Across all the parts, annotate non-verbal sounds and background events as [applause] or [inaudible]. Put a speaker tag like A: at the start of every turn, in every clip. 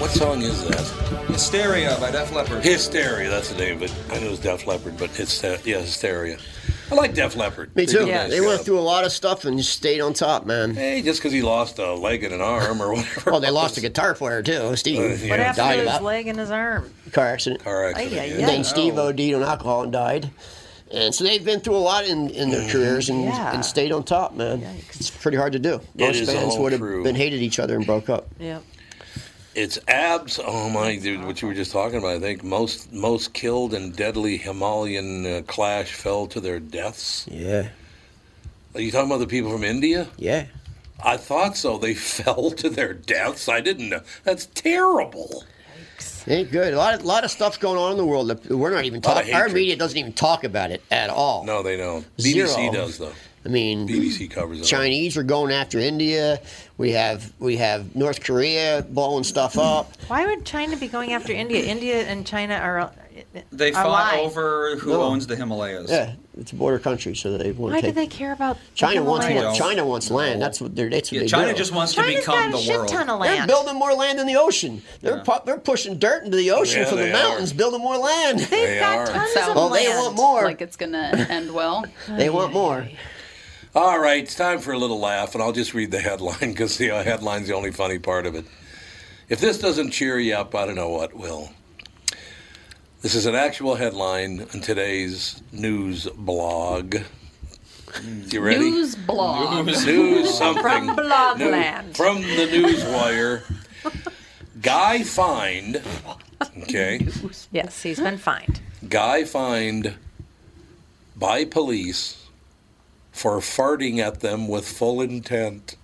A: What song is that?
B: Hysteria by Def Leppard.
A: Hysteria, that's the name, but I knew it was Def Leppard, but it's, uh, yeah, Hysteria. I like Def Leppard.
C: Me too.
A: do a nice
C: They went
A: job.
C: through a lot of stuff and just stayed on top, man.
A: Hey, just because he lost a leg and an arm [laughs] or [laughs] whatever.
C: Oh, they lost a
A: a
C: guitar player too. Steve
A: yeah.
D: What happened
C: died of
D: to his
C: that
D: leg and his arm?
C: car accident.
A: car
D: Ay,
A: accident.
D: ay, Oh.
A: yeah.
D: ay.
C: Then Steve OD'd on alcohol and died. And so they've been through a lot in, in
A: Mm-hmm.
C: their careers and,
D: Yeah.
C: and stayed on top, man.
D: Yikes.
C: It's pretty hard to do.
A: It
C: Most
A: is
C: bands
A: all
C: would have
A: true.
C: been hated each other and broke up.
D: Yep.
A: It's abs. Oh my, dude, what you were just talking about. I think most most killed in deadly Himalayan uh, clash fell to their deaths.
C: Yeah.
A: Are you talking about the people from India?
C: Yeah.
A: I thought so. They [laughs] fell to their deaths. I didn't know. That's terrible.
C: Ain't good. A lot of lot of stuff's going on in the world that we're not even
A: Lot of
C: talking. Our
A: hatred.
C: media doesn't even talk about it at all.
A: No, they don't.
C: Zero.
A: BBC does though.
C: I mean,
A: BBC covers it. all.
C: Chinese are going after India. We have we have North Korea blowing stuff up.
D: Why would China be going after India? India and China are. uh,
B: They
D: are
B: fought
D: aligned.
B: over who
C: No.
B: owns the Himalayas.
C: Yeah, it's a border country, so they want
D: Why
C: to
D: do
C: take.
D: they care about the
C: China wants
B: They
C: more,
D: Himalayas?
B: don't.
C: China wants land. That's what they're. That's what
B: Yeah,
C: they
B: China
C: do.
B: just wants to
D: China's
B: become
D: got
B: the
D: a shit
B: world.
D: ton of
C: They're
D: land.
C: building more land in the ocean. They're pu- they're pushing dirt into the ocean
A: Yeah,
C: from the
A: they
C: mountains,
A: are.
C: building more land.
D: They've
A: They
D: got
A: are.
D: tons
E: Sounds
D: of
C: Well,
D: land.
C: they want more.
E: like it's gonna end well.
C: [laughs] They want more.
A: All right, it's time for a little laugh, and I'll just read the headline because the uh, headline's the only funny part of it. If this doesn't cheer you up, I don't know what will. This is an actual headline in today's news blog. You ready?
E: News blog.
A: News something.
D: From Blogland.
A: News- From the newswire. Guy fined. Okay.
D: Yes, he's been fined.
A: Guy fined by police for farting at them with full intent.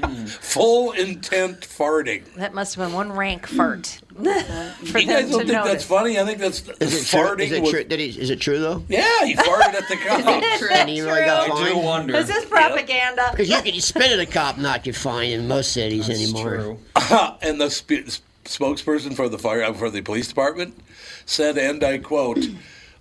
C: Hmm.
A: full intent farting.
D: That must have been one rank [laughs] fart for
A: You guys
D: them
A: don't
D: to
A: think that's
D: notice.
A: funny? I think that's
C: Is it true?
A: farting
C: Is it
A: with.
C: true? Did he, is it true though?
A: Yeah, he farted at the cop.
C: And he really got
D: true?
B: I do
C: fined.
B: wonder.
D: Is this propaganda?
C: Because you can spit at a cop, and not get fined in most cities
B: It's
C: anymore.
B: true.
A: [laughs] and the sp- spokesperson for the fire uh, for the police department said, and I quote,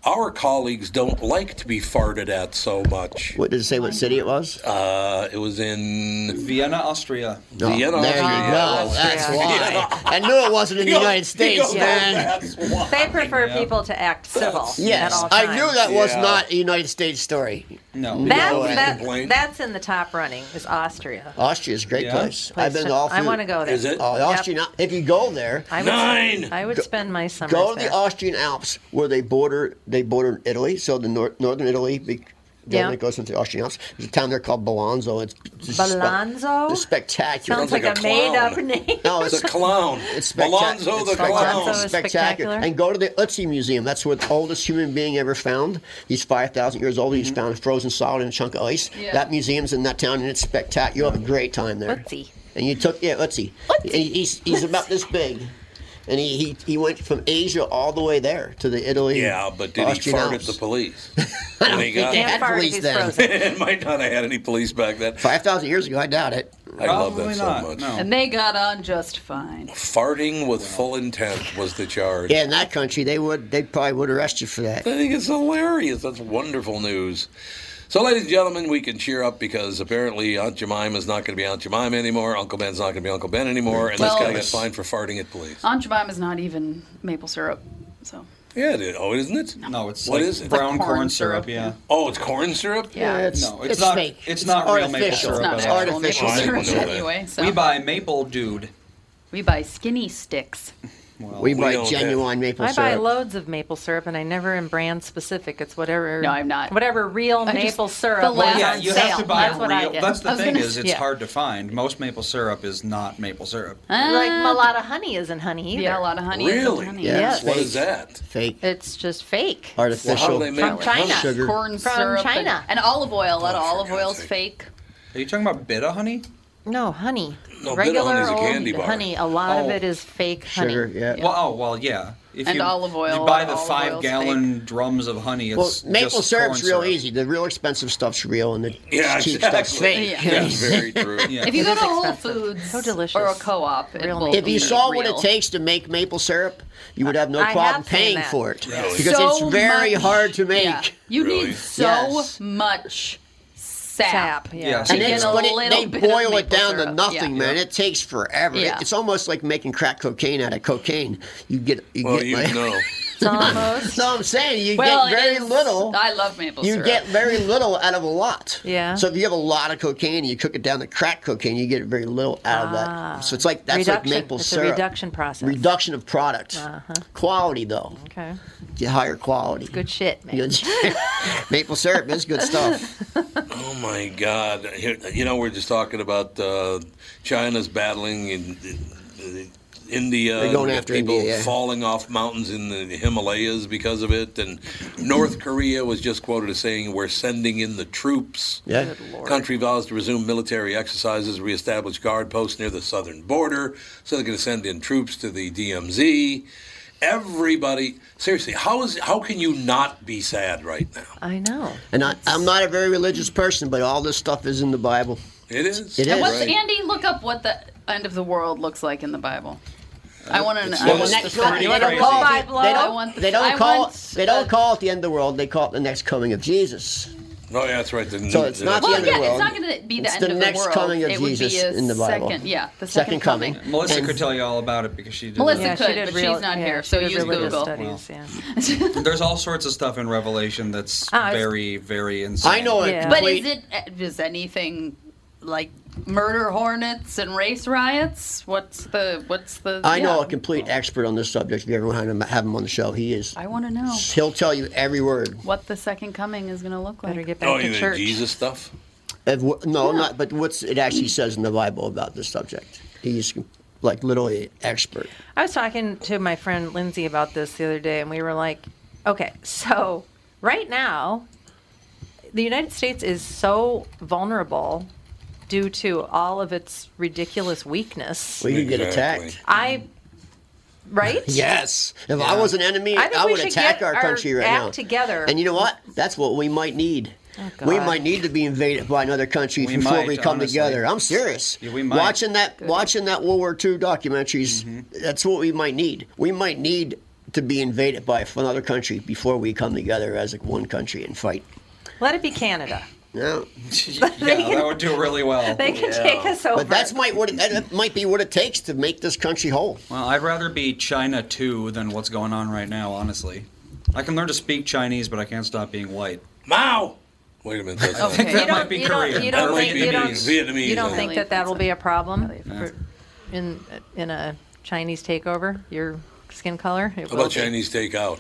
A: our colleagues don't like to be farted at so much.
C: What did it say? What city it was?
A: Uh, it was in
B: Vienna, Austria.
C: Oh,
A: Vienna,
C: there
A: Austria.
C: you go. That's why.
A: [laughs]
C: I knew it wasn't in the
A: You go- [laughs]
C: United
A: you
C: States,
A: go,
C: man.
A: "That's why."
D: They prefer people to act civil.
C: Yes,
D: at all
C: I knew
D: times.
C: that was
B: Yeah.
C: not a United States story.
B: No.
C: No way.
D: That's, that,
A: Complaint.
D: that's in the top running is Austria.
C: Austria is a great
B: Yeah.
C: place. I've been to all.
D: I
C: few-
D: want to go there.
A: Is it?
C: Oh, the Austrian. Al- If you go there,
D: I would,
A: Nine!
D: I would spend my summer
C: go to
D: there.
C: the Austrian Alps where they border. They border Italy, so the nor- northern Italy. Be- then
D: Yeah.
C: it goes into the Austrian Alps. There's a town there called Bolonzo. It's just spe-
D: Bolonzo?
C: It's spectacular.
D: Sounds
A: Sounds like
D: like
A: a
D: a made-up
A: clown.
D: name.
C: [laughs] no,
D: [laughs]
A: It's
C: it's
A: a clown.
C: It's spectacular.
A: Alonzo
C: it's
A: the
C: spectacular.
A: clown.
D: Alonzo is spectacular.
C: And go to the Ötzi Museum. That's where the oldest human being ever found. He's 5,000 years old.
A: Mm-hmm.
C: He's found frozen solid in a chunk of ice.
E: Yeah.
C: That museum's in that town, and it's spectacular. You'll have a great time there.
D: Ötzi.
C: And you took, yeah, Ötzi. And he- he's, he's about
D: [laughs]
C: this big. And he, he, he went from Asia all the way there to the Italy.
A: Yeah, but did
C: Austrian
A: he fart
C: Alps.
A: at
C: [laughs]
A: the police? When he
C: think
A: got there?
D: Can't fart if
C: police
D: he's
C: then.
D: frozen.
A: [laughs] it might not have had any police back then.
C: 5,000 years ago, I doubt it.
A: I love that
B: Probably
A: so
B: not,
A: much.
B: no.
E: And they got on just fine.
A: Farting with full intent was the charge.
C: Yeah, in that country, they would they probably would arrest you for that.
A: I think it's hilarious. That's wonderful news. So, ladies and gentlemen, we can cheer up because apparently Aunt Jemima's not going to be Aunt Jemima anymore. Uncle Ben's not going to be Uncle Ben anymore. And
E: Well-
A: this guy got fined for farting at police.
E: Aunt Jemima's not even maple syrup, so
A: Yeah, it is. Oh, isn't it?
B: No, it's
A: What
B: like
A: is it?
B: brown
E: Corn
B: corn, syrup.
E: syrup,
B: Yeah.
A: Oh, it's corn syrup?
E: yeah,
C: it's,
B: No, it's not-
C: fake.
B: it's not real maple
C: artificial.
E: it's
B: syrup
E: not
B: at
C: It's
B: all.
E: natural
C: artificial.
A: I
E: maple
A: didn't
E: syrup
A: know that.
E: anyway. So
B: We buy maple dude.
E: we buy skinny sticks.
B: Well,
C: We buy
A: don't have-
C: genuine maple
D: I
C: syrup.
D: buy loads of maple syrup, and I never am brand specific. It's whatever.
E: No, I'm not.
D: Whatever real
E: I just-
D: maple syrup.
E: the
D: was
E: last-
B: yeah,
D: on
B: you
D: sale.
B: have to buy
D: That's
B: real.
D: what I did.
B: That's
E: I
B: the
E: was
B: thing
E: gonna
B: is,
E: s-
B: it's
D: yeah.
B: hard to find. Most maple syrup is not maple syrup.
D: like
E: Uh,
D: a lot of honey isn't honey either.
E: yeah, a lot of honey. and
A: Really?
E: honey.
C: Yeah.
D: Yes.
A: What is that?
C: fake
D: It's just fake.
A: Well, how do
C: artificial.
A: they make
D: From China.
A: honey?
C: Sugar.
E: Corn
D: From
E: syrup and-
D: China.
E: and, olive oil. That
A: Oh, for
E: olive
A: God's
E: oil's
A: sake.
E: fake.
B: Are you talking about bitta honey?
D: No honey.
A: No, bit of
D: Regular
A: honey's a
D: old
A: candy bar.
D: honey. A lot of
B: Oh.
D: it is fake honey.
C: sugar. Yeah.
B: Well, oh well, yeah. If
E: And
B: you,
E: olive oil,
B: You buy
E: and
B: the
E: olive
B: five
E: oil's
B: gallon drums of honey. It's
C: Well, maple
B: just
C: syrup's
B: corn
C: real
B: syrup.
C: easy. The real expensive stuff's real, and the
A: Yeah,
C: cheap stuff's
A: exactly.
C: fake.
E: Yeah.
C: [laughs]
A: That's very true.
B: Yeah.
E: If you go
D: is
E: to Whole
D: expensive.
E: Foods
D: So delicious.
E: or a co-op, it
D: Real
E: will
D: meat.
C: If you
E: be
C: saw what
E: real.
C: it takes to make maple syrup, you would have no
D: I have
C: problem
D: seen
C: paying
D: that.
C: for it
A: Really?
C: because
E: So
C: it's very
E: much-
C: hard to make.
E: Yeah. You
A: Really?
E: need so
C: Yes.
E: much sap.
D: Sap. Yeah.
B: Yeah.
C: And
E: You
C: it's,
E: get a
C: but it,
E: little
C: they
E: bit of
C: boil it
E: maple
C: down to
E: syrup.
C: nothing,
E: Yeah.
C: man. It takes forever. It-
E: Yeah.
C: it's almost like making crack cocaine out of cocaine. You get, you
A: Well,
C: get.
A: Oh, you
C: like,
A: know.
C: [laughs]
D: It's almost.
C: So I'm saying you
E: Well,
C: get
E: it
C: very
E: is-
C: little.
E: I love maple
C: you
E: syrup.
C: get
D: [laughs]
C: very little out of a lot.
D: Yeah.
C: So if you have a lot of cocaine and you cook it down to crack cocaine, you get very little out of that. So it's like that's
D: Ah. reduction.
C: like maple
D: it's
C: syrup.
D: a reduction process. Uh-huh.
C: Reduction of product. Quality though,
D: Okay.
C: get higher quality.
D: Good shit, man.
C: Good.
D: [laughs]
C: maple syrup is good stuff.
A: Oh my God! Here- You know, we're just talking about uh, China's battling in, in, in India.
C: They're going
A: and
C: after
A: people
C: India, yeah.
A: falling off mountains in the Himalayas because of it, and
C: [clears throat]
A: North Korea was just quoted as saying, "We're sending in the troops."
C: Yeah.
A: Country vows to resume military exercises, reestablish guard posts near the southern border, so they're going to send in troops to the DMZ. Everybody, seriously, how is how can you not be sad right now?
D: I know.
C: And I, I'm not a very religious person, but all this stuff is in the Bible.
A: It is.
C: It
E: And
C: is.
E: what's
A: right?
E: Andy? Look up what the end of the world looks like in the Bible. I want Uh, to know.
B: Well,
E: I want
B: the next
E: the
B: one-
E: story.
B: they don't
C: call
D: By
C: it-
D: blow.
C: they
E: I want
C: don't,
E: the-
C: they don't
E: I
C: call
E: want,
C: they don't
E: uh,
C: call it the end of the world. They call it the next coming of Jesus.
A: Oh, yeah, that's right. The-
C: So it's not the
E: Well,
C: end
E: yeah,
C: of the
E: it's
C: world.
E: not going to be the
C: It's
E: end
C: the
E: of
C: next
E: the world.
C: coming of
E: it would
C: Jesus
E: be a
C: in the Bible.
E: Second, yeah, the
C: Second
E: second,
C: coming.
B: Melissa
C: And-
B: could tell you all about it because she did.
E: Melissa
D: Yeah,
B: it.
E: could,
D: she did
E: but
D: real,
E: she's not
D: yeah,
E: here,
D: she
E: so
D: did
E: use
D: religious
E: Google.
D: Studies, yeah.
B: [laughs] There's all sorts of stuff in Revelation that's
D: Ah, it's-
B: very, very insane.
C: I know it.
D: Yeah.
E: But
C: complete-
E: is it uh, is anything like murder hornets and race riots? What's the what's the?
C: I know a
E: yeah.
C: complete expert on this subject. If you ever want to have him on the show, he is.
E: I want to know
C: He'll tell you every word.
E: what the second coming is going to look
D: Better
E: like.
D: get back
A: Oh,
D: to
A: you mean
D: church.
A: Jesus stuff?
C: Of wh- no, not. But what's it actually says in the Bible about this subject? He's like literally an expert.
D: I was talking to my friend Lindsay about this the other day, and we were like, okay, so right now, the United States is so vulnerable due to all of its ridiculous weakness.
C: We could get
A: Exactly.
C: attacked.
D: I,
C: [laughs]
D: right?
C: Yes. If I was an enemy,
D: I
C: I,
D: think we
C: would
D: should
C: attack
D: get
C: our
D: our
C: country right
D: act
C: now.
D: together.
C: And you know what? That's what we might need. we
D: Oh, God.
C: might need to be invaded by another country
B: We
C: before
B: might,
C: we come
B: honestly.
C: together. I'm serious.
B: Yeah, we might. Mm-hmm.
C: Watching that, watching that World War II documentaries. That's what we might need. We might need to be invaded by another country before we come together as like one country and fight.
D: Let it be Canada.
B: [laughs]
C: No,
B: yeah, that would do really well.
D: They can take us over.
C: but that's might what it, that might be what it takes to make this country
B: [laughs]
C: whole.
B: Well, I'd rather be China 2 than what's going on right now, honestly. I can learn to speak Chinese, but I can't stop being white.
F: Mao. Wait a minute. That's
D: Okay.
B: that
D: you
B: might
D: don't,
B: be
D: you don't,
B: Korean.
D: you
F: That
D: don't
F: might
D: think,
F: be
D: you don't,
F: Vietnamese. Vietnamese,
D: you don't
F: I
D: think
E: think
D: that that'll
E: so.
D: be a problem
B: Yeah.
D: for- in in a Chinese takeover? Your skin color? It
F: How
D: will
F: about
D: be.
F: Chinese takeout?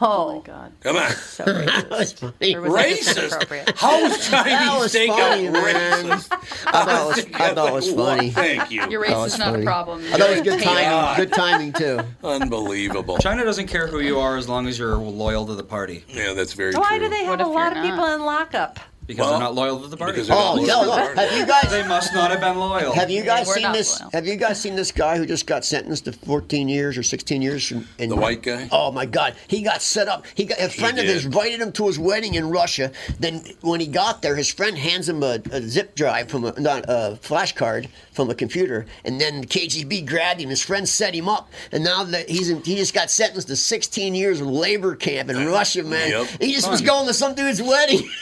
E: Oh my
D: Oh,
E: god.
F: Come on.
D: [laughs] so
C: [laughs]
D: racist.
C: That's funny.
D: Or was that just
F: Racist.
D: inappropriate?
F: How is
C: That
F: Chinese
C: was funny,
F: takeout
C: man.
F: racist?
C: I thought it was, I thought it was
F: Well,
C: funny.
F: Thank you.
E: Your
C: That
E: race
C: was
E: is not
C: funny.
E: a problem.
C: I thought it was good
F: God.
C: timing. Good timing too.
F: Unbelievable.
B: China doesn't care who you are as long as you're loyal to the party.
F: Yeah, that's very true.
D: Why do they have
E: What
D: a
E: if you're
D: lot of people
E: not?
D: in lockup?
B: Because
F: Well,
B: they're not loyal to the party.
F: because they're not
C: Oh
F: loyal
C: no,
F: to the
C: no!
F: party.
C: Have you guys?
B: They must not have been loyal.
C: Have you guys
E: we're
C: seen
E: not
C: this?
E: loyal.
C: Have you guys seen this guy who just got sentenced to 14 years or 16 years? In, in,
F: The white guy?
C: Oh my God! He got set up. He got a friend of his
F: did.
C: invited him to his wedding in Russia. Then when he got there, his friend hands him a, a zip drive from a, not a flash card from a computer, and then the KGB grabbed him. His friend set him up, and now that he's in, he just got sentenced to 16 years of labor camp in Russia,
F: [laughs]
C: man.
F: Yep.
C: He just was going to some dude's wedding. [laughs]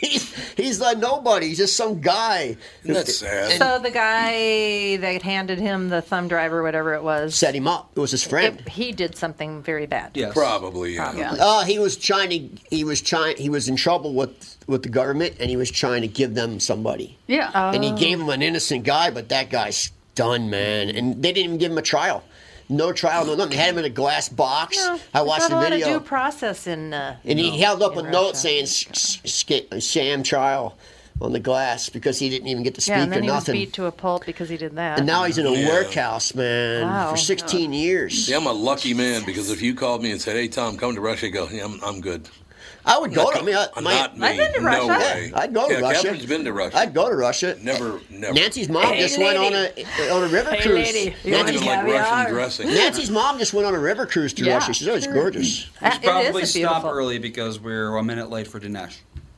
C: He's, he's like nobody. He's just some guy.
F: Isn't that sad?
D: So the guy that handed him the thumb drive or whatever it was,
C: set him up. It was his friend.
D: it- he did something very bad.
B: Yes.
F: Probably, yeah.
E: Yeah.
C: Uh, he was trying to. He was trying. He was in trouble with with the government, and he was trying to give them somebody.
E: Yeah.
C: And he
D: Oh.
C: gave him an innocent guy, but that guy's done, man. And they didn't even give him a trial. No trial, no nothing. They had him in a glass box.
D: No,
C: I watched
D: there's
C: the
D: not a lot
C: video,
D: of due process in. Uh,
C: and he held up a
D: in
C: note
D: Russia.
C: saying s- s- sca- "sham trial" on the glass because he didn't even get to speak
D: yeah, and
C: or
D: then he was
C: nothing.
D: beat to a pulp because he did that.
C: and now he's in a
F: Yeah.
C: workhouse, man,
D: Wow.
C: for 16 years.
F: See, I'm a lucky man because if you called me and said, "Hey, Tom, come to Russia," I go, "Yeah, I'm, I'm good."
C: I would go to. I mean, I,
F: I'm
C: my-
F: not me.
D: I've been to Russia.
F: no way.
C: I'd go to
F: yeah,
C: Russia.
F: Catherine's been to Russia.
C: I'd go to Russia.
F: Never, never.
C: Nancy's mom
D: Hey,
C: just went on
D: lady.
C: a on a river
D: Hey,
C: cruise.
D: lady, you
F: Not
C: Nancy's,
F: even like
D: Caviar.
F: Russian dressing.
C: Nancy's mom just went on a river cruise to
E: Yeah,
C: Russia. She said it's gorgeous.
D: Uh, it is
B: Probably
D: a
B: stop
D: beautiful-
B: early because we're a minute late for Dinesh.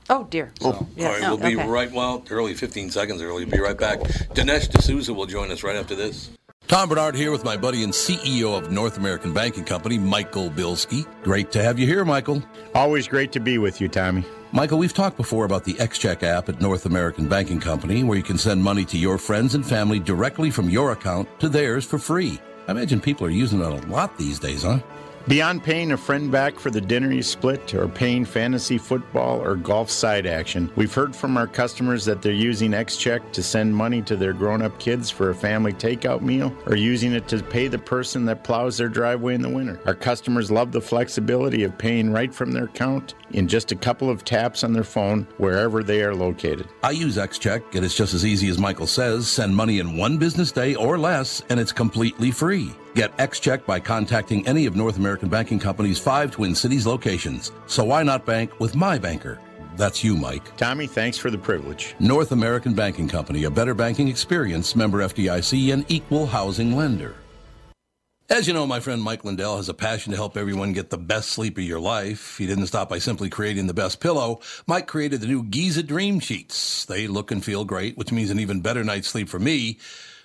D: Oh dear.
B: So.
D: Yes.
F: All right, we'll be
D: Oh, Okay.
F: right well early, 15 seconds early. We'll be right back. Dinesh D'Souza will join us right after this.
A: Tom Bernard here with my buddy and CEO of North American Banking Company, Michael Bilski. Great to have you here, Michael.
G: Always great to be with you, Tommy.
A: Michael, we've talked before about the XCheck app at North American Banking Company, where you can send money to your friends and family directly from your account to theirs for free. I imagine people are using it a lot these days, huh?
G: Beyond paying a friend back for the dinner you split, or paying fantasy football or golf side action, we've heard from our customers that they're using XCheck to send money to their grown up kids for a family takeout meal, or using it to pay the person that plows their driveway in the winter. Our customers love the flexibility of paying right from their account in just a couple of taps on their phone wherever they are located.
A: I use XCheck. It is just as easy as Michael says. Send money in one business day or less, and it's completely free. Get XCheck by contacting any of North American Banking Company's five Twin Cities locations. So why not bank with my banker? That's you, Mike.
G: Tommy, thanks for the privilege.
A: North American Banking Company, a better banking experience, member FDIC, and equal housing lender. As you know, my friend Mike Lindell has a passion to help everyone get the best sleep of your life. He didn't stop by simply creating the best pillow. Mike created the new Giza Dream Sheets. They look and feel great, which means an even better night's sleep for me,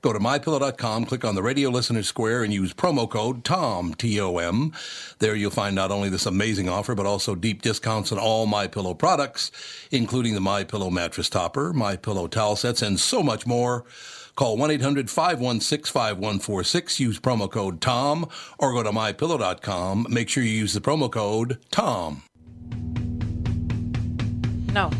A: Go to mypillow.com, click on the radio listener square, and use promo code TOM, T O M. There you'll find not only this amazing offer, but also deep discounts on all My Pillow products, including the My Pillow mattress topper, My Pillow towel sets, and so much more. Call 1 800 516 5146, use promo code TOM, or go to mypillow.com. Make sure you use the promo code TOM.
D: No,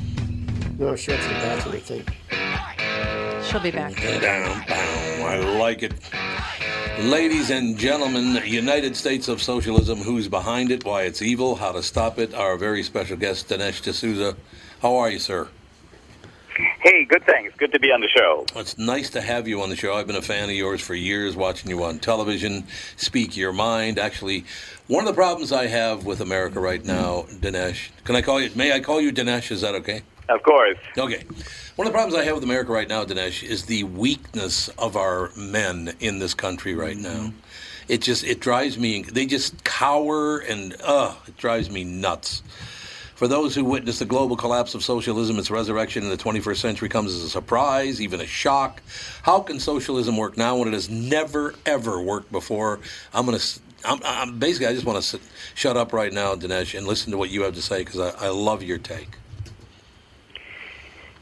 C: No, she went to the bathroom, I think.
D: she'll be back.
F: Down, down. I like it. Ladies and gentlemen, United States of Socialism, who's behind it, why it's evil, how to stop it. Our very special guest, Dinesh D'Souza. How are you, sir?
H: Hey, good thanks. Good to be on the show.
A: Well, It's nice to have you on the show. I've been a fan of yours for years, watching you on television, speak your mind. Actually, one of the problems I have with America right now, Dinesh, can I call you, may I call you Dinesh? Is that okay?
H: Of course.
A: Okay. One of the problems I have with America right now, Dinesh, is the weakness of our men in this country right now. It just, it drives me, they just cower and, uh, it drives me nuts. For those who witnessed the global collapse of socialism, its resurrection in the 21st century comes as a surprise, even a shock. How can socialism work now when it has never, ever worked before? I'm going to. I'm, I'm basically. I just want to shut up right now, Dinesh, and listen to what you have to say because I, I love your take.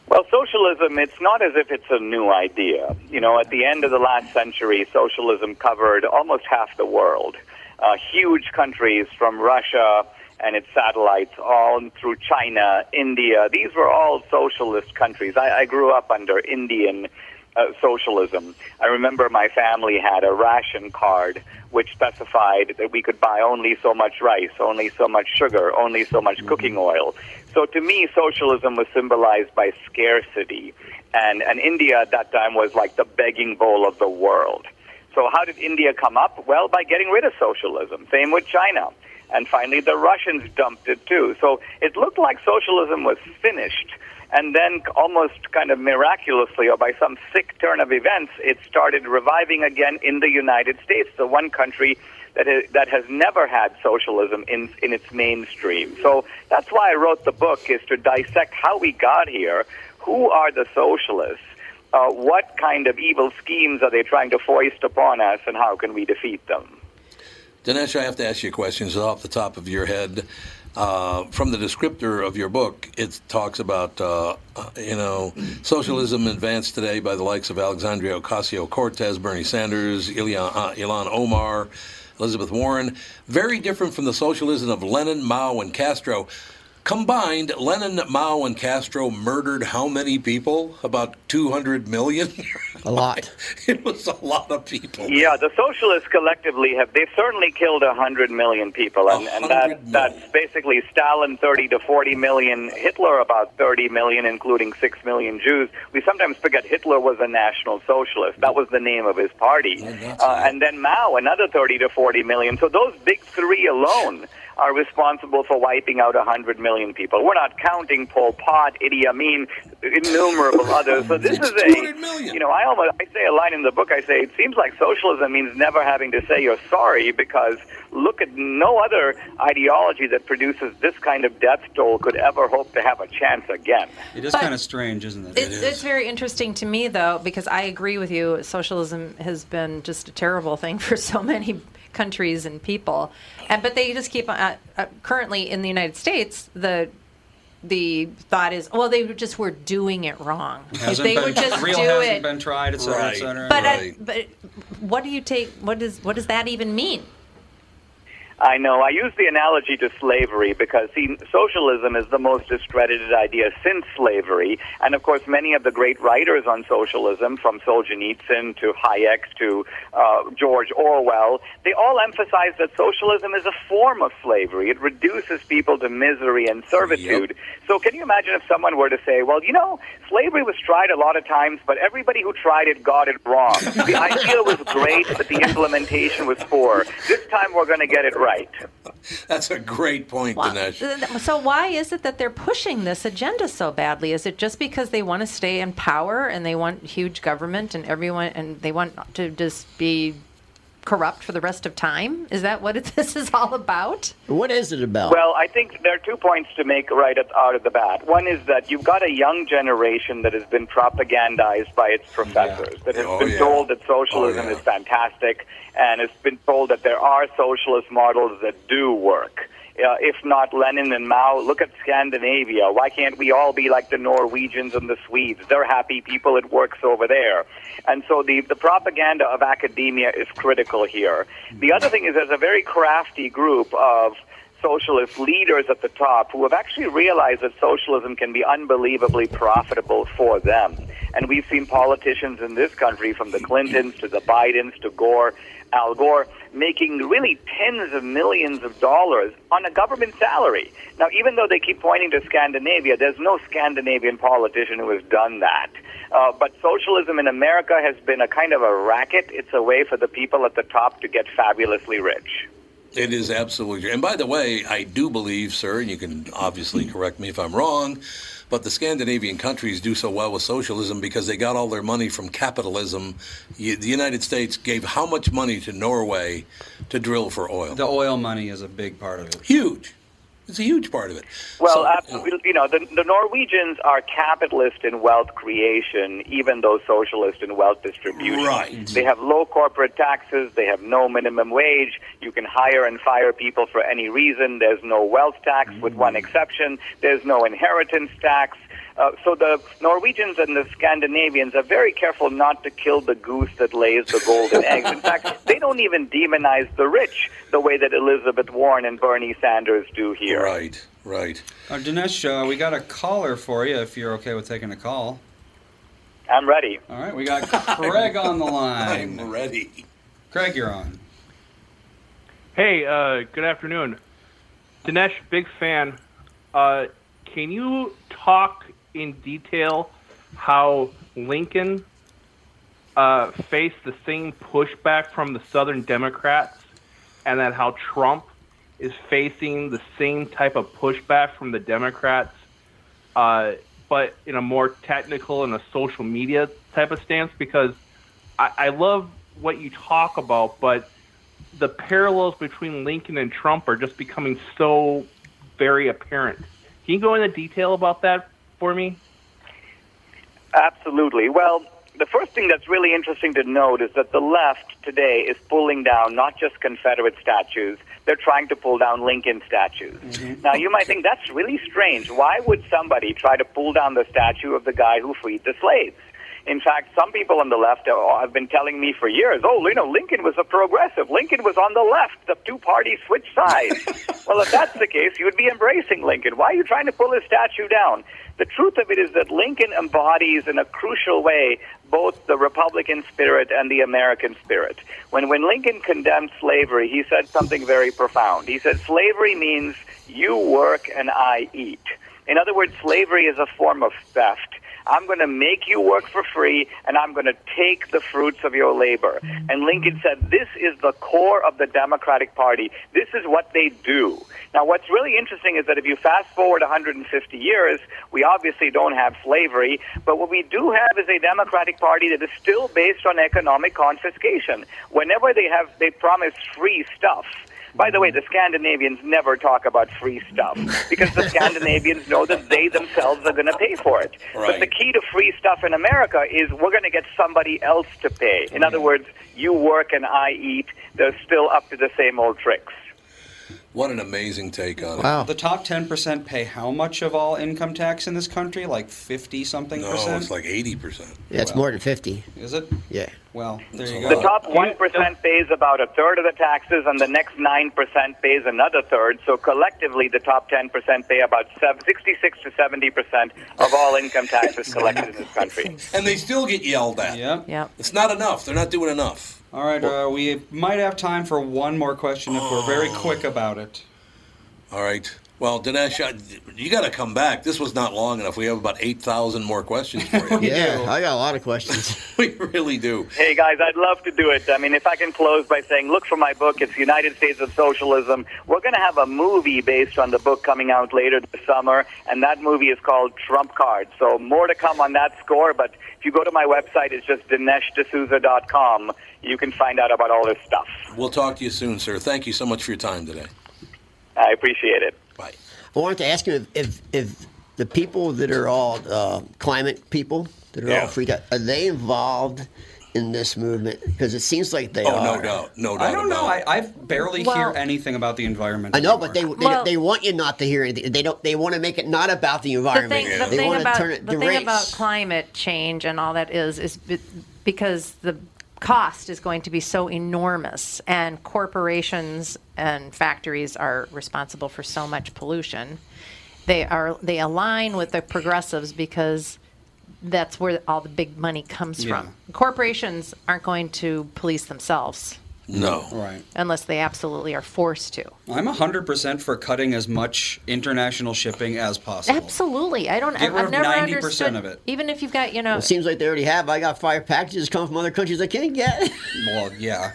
H: Well, socialism, it's not as if it's a new idea. You know, at the end of the last century, socialism covered almost half the world. Uh, huge countries from Russia and its satellites, all through China, India, these were all socialist countries. I, I grew up under Indian uh, socialism. I remember my family had a ration card which specified that we could buy only so much rice, only so much sugar, only so much cooking oil. So to me, socialism was symbolized by scarcity. And, and India at that time was like the begging bowl of the world. So how did India come up? Well, by getting rid of socialism. Same with China. And finally, the Russians dumped it too. So it looked like socialism was finished. And then, almost kind of miraculously, or by some sick turn of events, it started reviving again in the United States, the one country that has, that has never had socialism in, in its mainstream. So that's why I wrote the book, is to dissect how we got here, who are the socialists, uh, what kind of evil schemes are they trying to foist upon us, and how can we defeat them?
A: Dinesh, I have to ask you a question. It's off the top of your head. Uh, from the descriptor of your book, it talks about, uh, uh, you know, socialism advanced today by the likes of Alexandria Ocasio-Cortez, Bernie Sanders, Ilhan, uh, Ilhan Omar, Elizabeth Warren. Very different from the socialism of Lenin, Mao, and Castro. Combined, Lenin, Mao, and Castro murdered how many people? About 200 million? [laughs] A lot. it was a lot of people.
H: Yeah, the socialists collectively have they certainly killed a hundred million people, and, and that, that's basically Stalin thirty to forty million, Hitler about thirty million, including six million Jews. We sometimes forget Hitler was a national socialist; that was the name of his party, uh, and then Mao another thirty to forty million. So those big three alone. Are responsible for wiping out 100 million people. We're not counting Pol Pot, Idi Amin, innumerable others. So this is a, you know, I almost I say a line in the book. I say it seems like socialism means never having to say you're sorry because look at no other ideology that produces this kind of death toll could ever hope to have a chance again.
B: It is
D: But-
B: kind of strange, isn't it?
D: It's, it's very interesting to me, though, because I agree with you. Socialism has been just a terrible thing for so many countries and people, and but they just keep on. Uh, uh, currently in the United States, the the thought is, well, they just were doing it wrong. If
B: Hasn't
D: they
B: been,
D: would just
B: real
D: do
B: hasn't
D: it.
B: been tried, et cetera, et
A: Right.
B: cetera.
D: But I, but what do you take? What does what does that even mean?
H: I know. I use the analogy to slavery because see, socialism is the most discredited idea since slavery. And of course, many of the great writers on socialism, from Solzhenitsyn to Hayek to uh, George Orwell, they all emphasize that socialism is a form of slavery. It reduces people to misery and servitude. So, can you imagine if someone were to say, well, you know, slavery was tried a lot of times, but everybody who tried it got it wrong.
A: [laughs]
H: The idea was great, but the implementation was poor. This time we're going to get it right.
A: That's a great point, Dinesh.
D: So why is it that they're pushing this agenda so badly? Is it just because they want to stay in power and they want huge government and everyone and they want to just be corrupt for the rest of time? Is that what [laughs] it, this is all about?
C: [laughs] What is it about?
H: Well, I think there are two points to make right at, out of the bat. One is that you've got a young generation that has been propagandized by its professors, that has
A: Oh,
H: been
A: yeah.
H: told that socialism
A: Oh, yeah.
H: is fantastic, and has been told that there are socialist models that do work. Uh, if not Lenin and Mao, look at Scandinavia. Why can't we all be like the Norwegians and the Swedes? They're happy people. It works over there. And so the, the propaganda of academia is critical here. The other thing is there's a very crafty group of socialist leaders at the top who have actually realized that socialism can be unbelievably profitable for them. And we've seen politicians in this country, from the Clintons to the Bidens to Gore, Al Gore, making really tens of millions of dollars on a government salary. Now, even though they keep pointing to Scandinavia, there's no Scandinavian politician who has done that. Uh, but socialism in America has been a kind of a racket. It's a way for the people at the top to get fabulously rich.
A: It is absolutely true. And by the way, I do believe, sir, and you can obviously correct me if I'm wrong, but the Scandinavian countries do so well with socialism because they got all their money from capitalism. You, the United States gave how much money to Norway to drill for oil?
B: The oil money is a big part of it.
A: Huge. It's a huge part of it.
H: Well, absolutely. You know, the, the Norwegians are capitalist in wealth creation, even though socialist in wealth distribution.
A: Right.
H: They have low corporate taxes. They have no minimum wage. You can hire and fire people for any reason. There's no wealth tax, with one
A: Mm-hmm.
H: exception. There's no inheritance tax. Uh, so the Norwegians and the Scandinavians are very careful not to kill the goose that lays the golden eggs. In
A: [laughs]
H: fact, they don't even demonize the rich the way that Elizabeth Warren and Bernie Sanders do here.
A: Right, right.
B: Uh, Dinesh, uh, we got a caller for you if you're okay with taking a call.
H: I'm ready.
B: All right, we got Craig on
A: [laughs]
B: the line.
A: I'm ready.
B: Craig, you're on.
I: Hey, uh, good afternoon. Dinesh, big fan. Uh, can you talk in detail how Lincoln uh, faced the same pushback from the Southern Democrats, and then how Trump is facing the same type of pushback from the Democrats, uh, but in a more technical and a social media type of stance? Because I, I love what you talk about, but the parallels between Lincoln and Trump are just becoming so very apparent. Can you go into detail about that for me?
H: Absolutely. Well, the first thing that's really interesting to note is that the left today is pulling down not just Confederate statues, they're trying to pull down Lincoln statues.
B: Mm-hmm.
H: Now, you might think that's really strange. Why would somebody try to pull down the statue of the guy who freed the slaves? In fact, some people on the left are- have been telling me for years, oh, you know, Lincoln was a progressive. Lincoln was on the left. The two parties switched sides. well, if that's the case, you would be embracing Lincoln. Why are you trying to pull his statue down? The truth of it is that Lincoln embodies in a crucial way both the Republican spirit and the American spirit. When, when Lincoln condemned slavery, he said something very profound. He said, slavery means you work and I eat. In other words, slavery is a form of theft. I'm going to make you work for free, and I'm going to take the fruits of your labor. And Lincoln said, This is the core of the Democratic Party. This is what they do. Now, what's really interesting is that if you fast forward 150 years, we obviously don't have slavery, but what we do have is a Democratic Party that is still based on economic confiscation. Whenever they have, they promise free stuff. By the way, the Scandinavians never talk about free stuff because the Scandinavians know that they themselves are going to pay for it. But the key to free stuff in America is we're going to get somebody else to pay. In other words, you work and I eat. They're still up to the same old tricks.
A: What an amazing take on it.
B: The top 10% pay how much of all income tax in this country? Like 50 something
A: No,
B: percent?
A: it's like 80%.
C: Yeah, it's more than 50.
B: Is it?
C: Yeah.
B: Well, there you
H: The
B: go.
H: top 1% pays about a third of the taxes, and the next 9% pays another third. So collectively, the top 10% pay about sev- 66 to 70% of all income taxes collected in this country.
A: And they still get yelled at.
B: Yep.
D: Yep.
A: It's not enough. They're not doing enough.
B: All right, uh, we might have time for one more question if we're very quick about it.
A: All right. Well, Dinesh, I, you got to come back. This was not long enough. We have about 8,000 more questions for Oh, you.
C: Yeah, I got a lot of questions.
E: [laughs]
A: we really do.
H: Hey guys, I'd love to do it. I mean, if I can close by saying, look for my book. It's United States of Socialism. We're going to have a movie based on the book coming out later this summer, and that movie is called Trump Card. So more to come on that score. But if you go to my website, it's just dineshdasouza.com. You can find out about all this stuff.
A: We'll talk to you soon, sir. Thank you so much for your time today.
H: I appreciate it.
A: Bye.
C: I wanted to ask you if, if, if the people that are all uh, climate people that are
A: Yeah.
C: all freaked out, are they involved in this movement? Because it seems like they
A: Oh,
C: are.
A: no doubt. No doubt.
B: I don't know.
A: about it.
B: I, I barely hear
D: Well-
B: anything about the environment.
C: I know, but they
B: anymore.
C: they,
D: Well-
C: they want you not to hear anything. They don't. They want to make it not about the
D: The
C: environment.
D: thing, the
C: they
D: thing
C: want
D: about
C: to turn it
D: the
C: to
D: thing
C: race.
D: about climate change and all that is is be- because the cost is going to be so enormous, and corporations and factories are responsible for so much pollution. They are they align with the progressives because that's where all the big money comes
E: Yeah.
D: from. Corporations aren't going to police themselves
E: No.
B: Right.
D: unless they absolutely are forced to.
B: I'm 100% for cutting as much international shipping as possible.
D: Absolutely, I don't.
B: Get
D: I've,
B: rid
D: I've
B: of
D: never
B: 90%
D: understood.
B: of it.
D: Even if you've got you know,
C: It seems like they already have. I got fire packages come from other countries I can't get.
B: Well, yeah.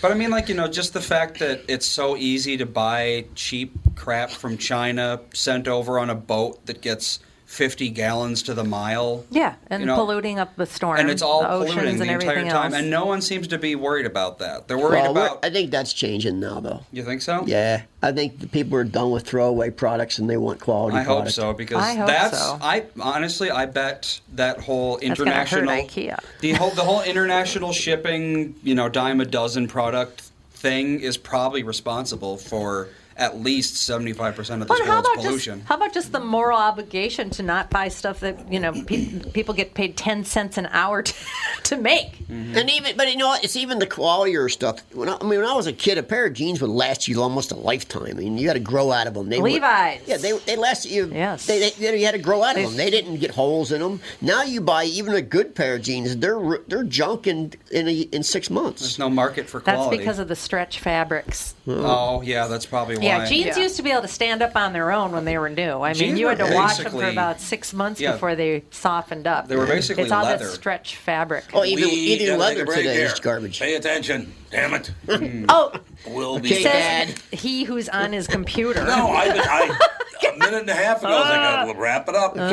B: But I mean, like, you know, just the fact that it's so easy to buy cheap crap from China sent over on a boat that gets 50 gallons to the mile.
D: yeah, and
B: You know,
D: polluting up the storm,
B: And it's all
D: the oceans
B: polluting
D: and
B: the
D: everything
B: entire time.
D: else.
B: And no one seems to be worried about that. They're worried
C: Well, we're-
B: about.
C: I think that's changing now, though.
B: You think so?
C: Yeah, I think the people are done with throwaway products and they want quality.
B: I hope
C: product.
B: so because that's I honestly I bet that whole
C: That's gonna hurt
B: international
C: IKEA.
B: the whole the whole international shipping you know dime a dozen product thing is probably responsible for at least seventy five percent of this
D: But how
B: world's
D: about
B: pollution.
D: just how about just the moral obligation to not buy stuff that you know pe- people get paid ten cents an hour to, [laughs] to make?
B: Mm-hmm.
C: And even, but you know, what? it's even the quality stuff. When I, I mean, when I was a kid, a pair of jeans would last you almost a lifetime. I mean, you had to grow out of them. They were-
D: Levi's.
C: yeah, they, they lasted you. Yes. They, they, you know, you had to grow out of them. They didn't get holes in them. Now you buy even a good pair of jeans, they're ru- they're junk in in, a, in six months.
B: There's no market for
D: That's
B: quality.
D: because of the stretch fabrics.
C: Hmm.
B: oh yeah, that's probably why.
D: Yeah, jeans used to be able to stand up on their own when they were new. I mean,
B: Jeans
D: you
B: were
D: had to wash them for
B: basically-
D: about six months
B: yeah.
D: before they softened up.
B: They were basically
D: it's all
B: leather.
D: that stretch fabric.
C: Oh, even
E: We gotta
C: even
E: take
C: leather
E: a break
C: today
E: here.
C: is garbage.
E: Pay attention.
C: [laughs]
E: Damn it. Hmm.
D: oh,
E: We'll be
D: says he who's on his computer.
E: No, I, I, a minute and a half ago, I was like, "Oh, we'll wrap it up.
D: Oh,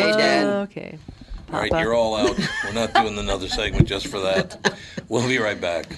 D: Okay.
E: All right, you're all out. We're not doing another segment just for that. We'll be right back.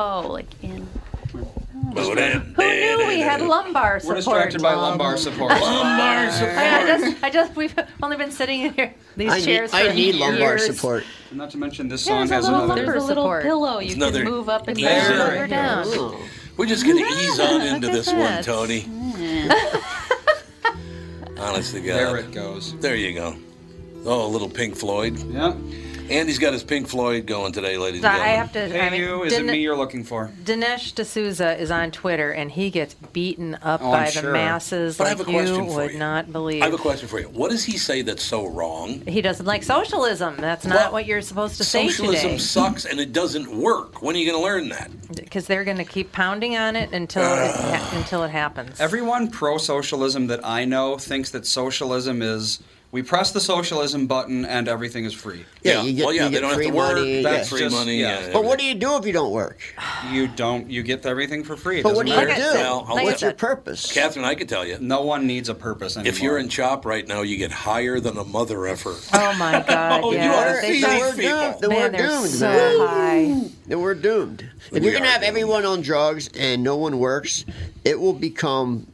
J: Oh, like in.
D: Who knew we had lumbar support?
B: We're distracted by lumbar support.
E: lumbar
D: I, I just, I just, we've only been sitting in here [laughs] these chairs for years.
B: Not to mention this
D: Yeah,
B: song
D: there's a
B: has
D: little
B: another.
D: lumbar There's a little support. pillow
E: you can Another move up and
B: There
E: down.
B: it
E: Or
B: is.
E: down. We're just going to ease
D: [laughs]
E: on into this one, Tony. [laughs] Honestly, God. There
B: it goes.
E: There you go. Oh, a little Pink Floyd.
B: Yep.
E: Andy's got his Pink Floyd going today, ladies
D: So
E: and
D: I
E: gentlemen.
D: have to- I
B: Hey,
D: mean,
B: you, is it
D: didn't-
B: me you're looking for?
D: Dinesh D'Souza is on Twitter, and he gets beaten up
E: Oh, I'm
D: by the
E: sure.
D: masses
E: But I
D: like
E: have a question
D: you
E: for
D: would
E: you.
D: not
E: I
D: believe.
E: have a question for you. What does he say that's so wrong?
D: He doesn't like socialism. That's not what you're supposed to say
E: Socialism
D: today.
E: sucks and it doesn't work. When are you going to learn that?
D: Because they're going to keep pounding on it
E: [sighs]
D: until it ha- until it happens.
B: Everyone pro socialism that I know thinks that socialism is We press the socialism button and everything is free.
C: Yeah, you get, you get free money.
B: That's just-
C: But what do you do if you don't work?
B: You don't. You get everything for free. It
C: But what
B: doesn't
C: do you
B: matter.
C: do? Well, I'll What's let your you- purpose?
A: Catherine, I could tell you.
B: No one needs a purpose anymore.
A: If you're in CHOP right now, you get higher than a mother effer.
D: Oh
E: [laughs]
D: my God!
C: Oh, you
D: yeah.
C: are They-
E: E
C: they were
D: people.
C: doomed. They
D: Man,
C: were
D: they're
C: doomed,
D: so
C: E man.
D: high.
C: Then we're doomed. If
D: We
C: you're gonna
D: are
C: have everyone on drugs and no one works, it will become.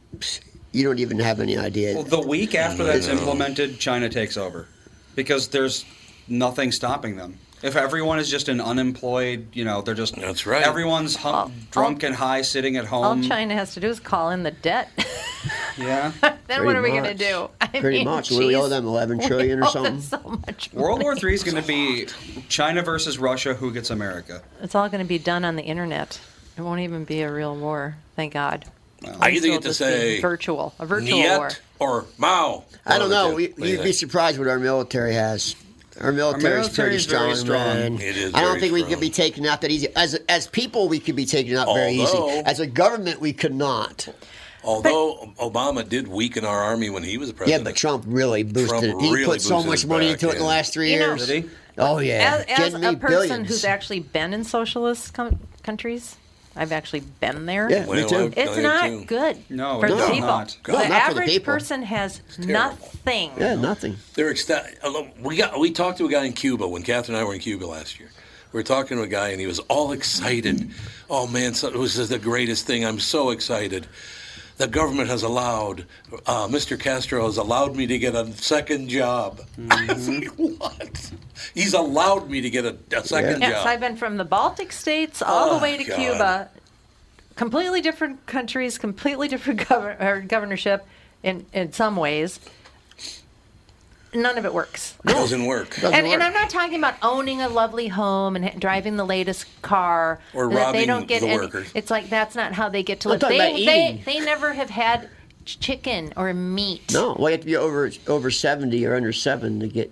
C: You don't even have any idea.
B: Well, the week after that's
C: No.
B: implemented, China takes over because there's nothing stopping them. If everyone is just an unemployed, you know, they're just that's right. Everyone's hum- drunk and high, sitting at
D: All
E: Um,
B: home.
D: China has to do is call in the debt.
B: yeah.
D: [laughs] then what are we gonna
B: much.
D: do? [laughs] I
B: Pretty much.
C: What do we
D: geez,
C: owe them, 11
D: [laughs] we
C: trillion or
D: owe
C: something?
D: them So much.
B: World
D: money.
B: War Three is going to be China versus Russia. Who gets America?
D: It's all going to be done on the internet. It won't even be a real war. Thank God.
A: I either
D: It'll
A: get to
D: just be
A: say
D: virtual, a virtual
A: "Niet"
D: war.
A: or Mao.
C: I don't
A: One of
C: know.
A: the two.
C: We,
A: What do you
C: you'd be
A: think?
C: surprised what our military has. Our military is
A: military
C: pretty
A: is
C: strong,
A: very strong.
C: man.
A: It is
C: I don't
A: very
C: think we
A: strong.
C: could be taken out that easy. As as people, we could be taken out very
A: Although-
C: easy. As a government, we could not.
A: Although Obama did weaken our army when he was
C: Yeah,
A: president.
C: but Trump really boosted
A: Trump
C: it. He
A: really
C: put so
A: boosted
C: much
A: it
C: money
A: back,
C: into it in the
A: yeah.
C: last three
D: You know-
C: years.
D: Did he?
C: Oh yeah,
D: As, as
C: Getting me
D: a person
C: billions.
D: who's actually been in socialist com- countries, I've actually been there.
C: Yeah, me Well, too. I've
D: It's
C: done it
D: not
C: too.
D: good
A: No,
D: for
A: it
D: the
A: is
D: people.
A: not.
D: The
A: No, not for the
D: average
A: people.
D: person has nothing.
C: nothing.
A: They're ecstatic. We got we talked to a guy in Cuba when Catherine and I were in Cuba last year. We were talking to a guy and he was all excited. Oh man, so, this is the greatest thing! I'm so excited. The government has allowed uh, Mr. Castro has allowed me to get a second job.
C: Mm-hmm.
A: [laughs] I was like, what? He's allowed me to get a, a second
D: Yes,
A: job.
D: I've been from the Baltic states all
A: Oh,
D: the way to
A: God.
D: Cuba. Completely different countries, completely different [laughs] govern- or governorship in, in some ways. None of it works.
A: Doesn't work.
D: And, and I'm not talking about owning a lovely home and ha- driving the latest car,
A: Or
D: and that they
A: robbing
D: don't get
A: the
D: any-
A: workers.
D: It's like that's not how they get to
C: I'm
D: live.
C: talking
D: They,
C: about
D: they
C: eating.
D: they never have had ch- chicken or meat.
C: No, well, you have to be over over seventy or under seven to get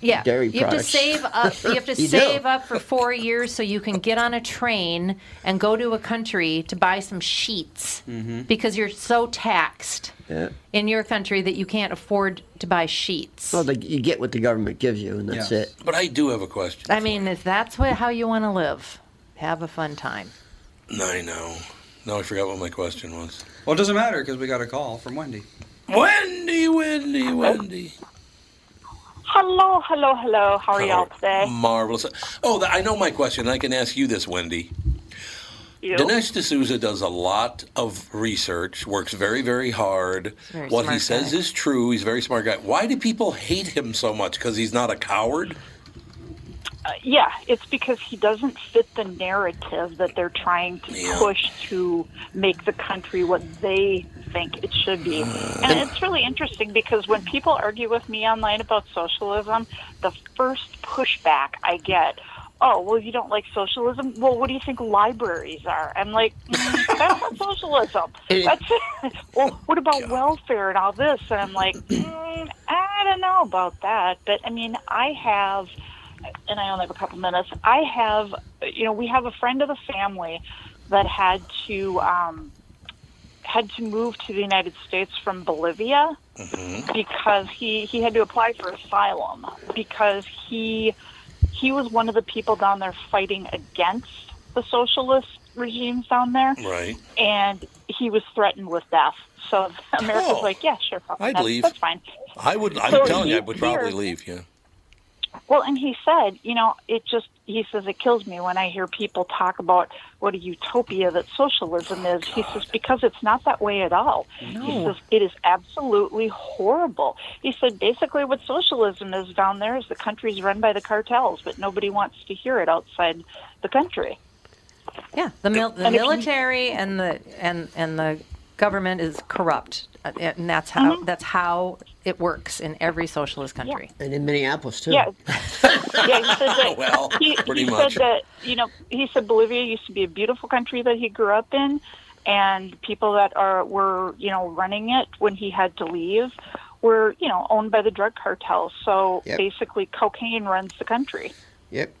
D: Yeah,
C: dairy
D: you have to
C: products.
D: save up. You have to
C: [laughs] You do.
D: save up for four years so you can get on a train and go to a country to buy some sheets
C: Mhm.
D: because you're so taxed
C: Yeah.
D: in your country that you can't afford to buy sheets.
C: Well, the, you get what the government gives you, and that's
A: Yeah.
C: it.
A: But I do have a question.
D: I mean, if that's what, how you want to live, have a fun time.
A: I know. No, I forgot what my question was.
B: Well, it doesn't matter because we got a call from Wendy.
A: Wendy, Wendy, Wendy.
K: Hello, hello, hello. How are y'all today?
A: Marvelous. Oh, th- I know my question. and I can ask you this, Wendy.
K: You?
A: Dinesh D'Souza does a lot of research, works very, very hard.
K: very
A: what he
K: smart
A: says is true. He's a very smart guy. Why do people hate him so much? Because he's not a coward?
K: Uh, yeah, it's because he doesn't fit the narrative that they're trying to push to make the country what they think it should be. And it's really interesting because when people argue with me online about socialism, the first pushback I get. Oh, well, you don't like socialism? Well, what do you think libraries are? I'm like, [laughs] "Mm, that's not socialism. That's [laughs] well, what about welfare and all this? And I'm like, mm, I don't know about that. But I mean, I have, and I only have a couple minutes. I have, you know, we have a friend of the family that had to um, had to move to the United States from Bolivia because he he had to apply for asylum because he he was one of the people down there fighting against the socialist regimes down there
A: Right.
K: and he was threatened with death. So [laughs] America's
A: Oh.
K: like, yeah, sure, fuck
A: I'd
K: that.
A: leave.
K: That's fine.
A: I would, I'm
K: So
A: telling you, I
K: he's
A: would probably
K: here.
A: leave, yeah.
K: Well, and he said, you know, it just, he says, it kills me when I hear people talk about what a utopia that socialism is. he says, because it's not that way at all. He
F: No.
K: says, it is absolutely horrible. He said, basically, what socialism is down there is the country's run by the cartels, but nobody wants to hear it outside the country.
D: Yeah, the, mil- the
K: And if you-
D: military and the and and the government is corrupt, Uh, and that's how that's how it works in every socialist country.
C: And in Minneapolis too. [laughs]
K: Yeah. yeah, he said that
A: Well,
K: he,
A: pretty
K: he
A: much.
K: said that you know he said Bolivia used to be a beautiful country that he grew up in, and people that are were you know running it when he had to leave were you know owned by the drug cartels. So
C: Yep.
K: basically, cocaine runs the country.
C: Yep.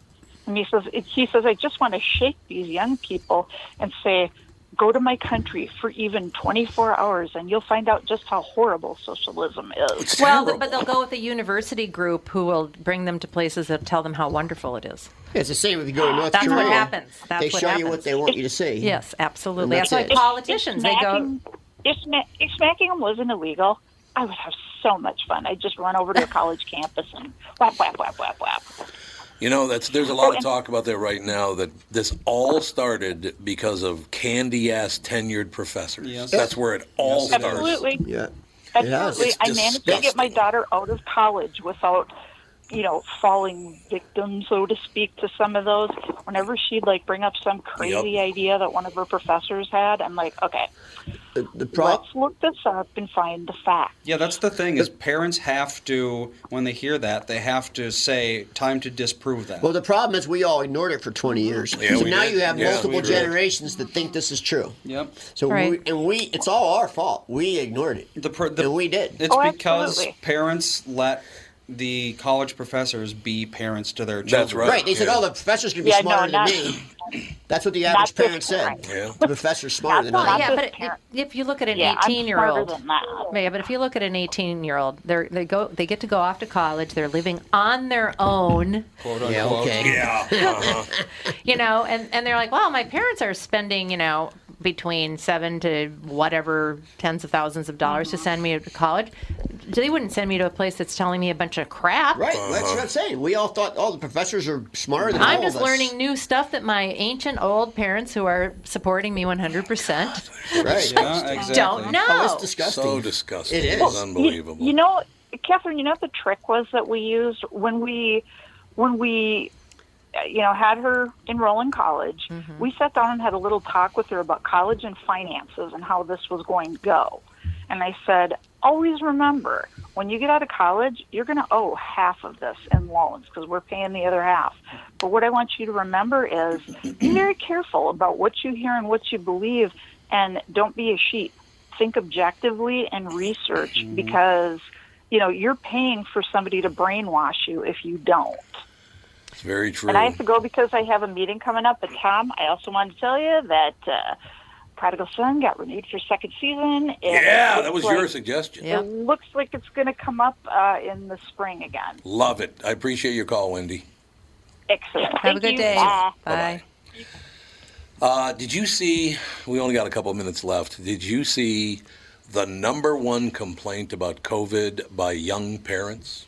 K: And he says he says I just want to shake these young people and say go to my country for even 24 hours and you'll find out just how horrible socialism is.
D: well, th- but they'll go with a university group who will bring them to places that tell them how wonderful it is.
C: It's the same if you go to North
D: That's what
C: Korea.
D: happens. That's
C: they
D: what
C: show you what
D: happens.
C: they want you to see.
D: Yes, absolutely.
C: And
D: That's, why
C: it.
D: politicians they go.
K: Smacking- If, sma- if smacking them wasn't illegal, I would have so much fun. I'd just run over to a college campus and whap, whap, whap, whap, whap.
A: You know, that's there's a lot of talk about that right now. That this all started because of candy ass tenured professors. That's where it all started.
K: Absolutely.
C: Yeah.
K: Absolutely.
A: It's
K: I managed to get my
A: disgusting.
K: daughter out of college without, you know, falling victim, so to speak, to some of those. Whenever she'd like bring up some crazy idea that one of her professors had, I'm like, okay,
C: The, the
K: let's look this up and find the fact.
B: Yeah, that's the thing is parents have to when they hear that, they have to say time to disprove that.
C: Well, the problem is we all ignored it for 20 years.
B: Yeah,
C: so
B: we
C: now
B: did.
C: you have
B: Yeah,
C: multiple
B: we did.
C: generations that think this is true.
B: Yep.
C: So
B: Right.
C: we, and we, it's all our fault. We ignored it. The, and we did.
B: It's
D: Oh,
B: because parents let the college professors be parents to their children.
C: Right. They said, "Oh, the professor's gonna be
K: Yeah, no,
C: smarter
K: not-
C: than me." That's what the
K: not
C: average
K: this
C: parent said.
K: kind.
A: Yeah.
C: The professor's smarter than
D: Well,
C: I.
D: yeah,
C: am.
D: but it- if you look at an
K: Yeah, I'm
D: eighteen-year-old,
K: smarter than that.
D: yeah, but if you look at an eighteen-year-old, they they go they get to go off to college. They're living on their own.
B: Quote
C: Yeah,
B: unquote.
C: okay.
E: [laughs]
C: Yeah,
A: Uh-huh.
D: you know, and, and they're like, well, my parents are spending, you know, between seven to whatever tens of thousands of dollars to send me to college. They wouldn't send me to a place that's telling me a bunch of crap.
C: Right. That's
D: Uh-huh.
C: what I'm saying. We all thought all the professors are smarter than all
D: I'm
C: of
D: just
C: us.
D: learning new stuff that my ancient old parents who are supporting me 100% [laughs]
C: Right.
A: Yeah,
D: exactly. Don't know.
C: Oh, it's disgusting.
A: So disgusting.
C: It
A: It's
C: is.
A: unbelievable.
K: You know, Catherine, you know what the trick was that we used when we when we uh, you know had her enroll in college. We sat down and had a little talk with her about college and finances and how this was going to go. And I said, always remember, when you get out of college, you're going to owe half of this in loans because we're paying the other half. But what I want you to remember is be very careful about what you hear and what you believe, and don't be a sheep. Think objectively and research
A: Mm-hmm.
K: because you know you're paying for somebody to brainwash you if you don't.
A: It's very true.
K: And I have to go because I have a meeting coming up. But Tom, I also wanted to tell you that uh, Prodigal Son got renewed for second season. It
A: yeah,
K: looks
A: that was
K: like-
A: your suggestion.
K: It looks like it's going to come up uh, in the spring again.
A: Love it. I appreciate your call, Wendy.
K: Excellent.
D: Have
K: Thank
D: a good
K: you.
D: day.
K: Bye.
D: Bye.
A: Uh, did you see? We only got a couple minutes left. Did you see the number one complaint about COVID by young parents?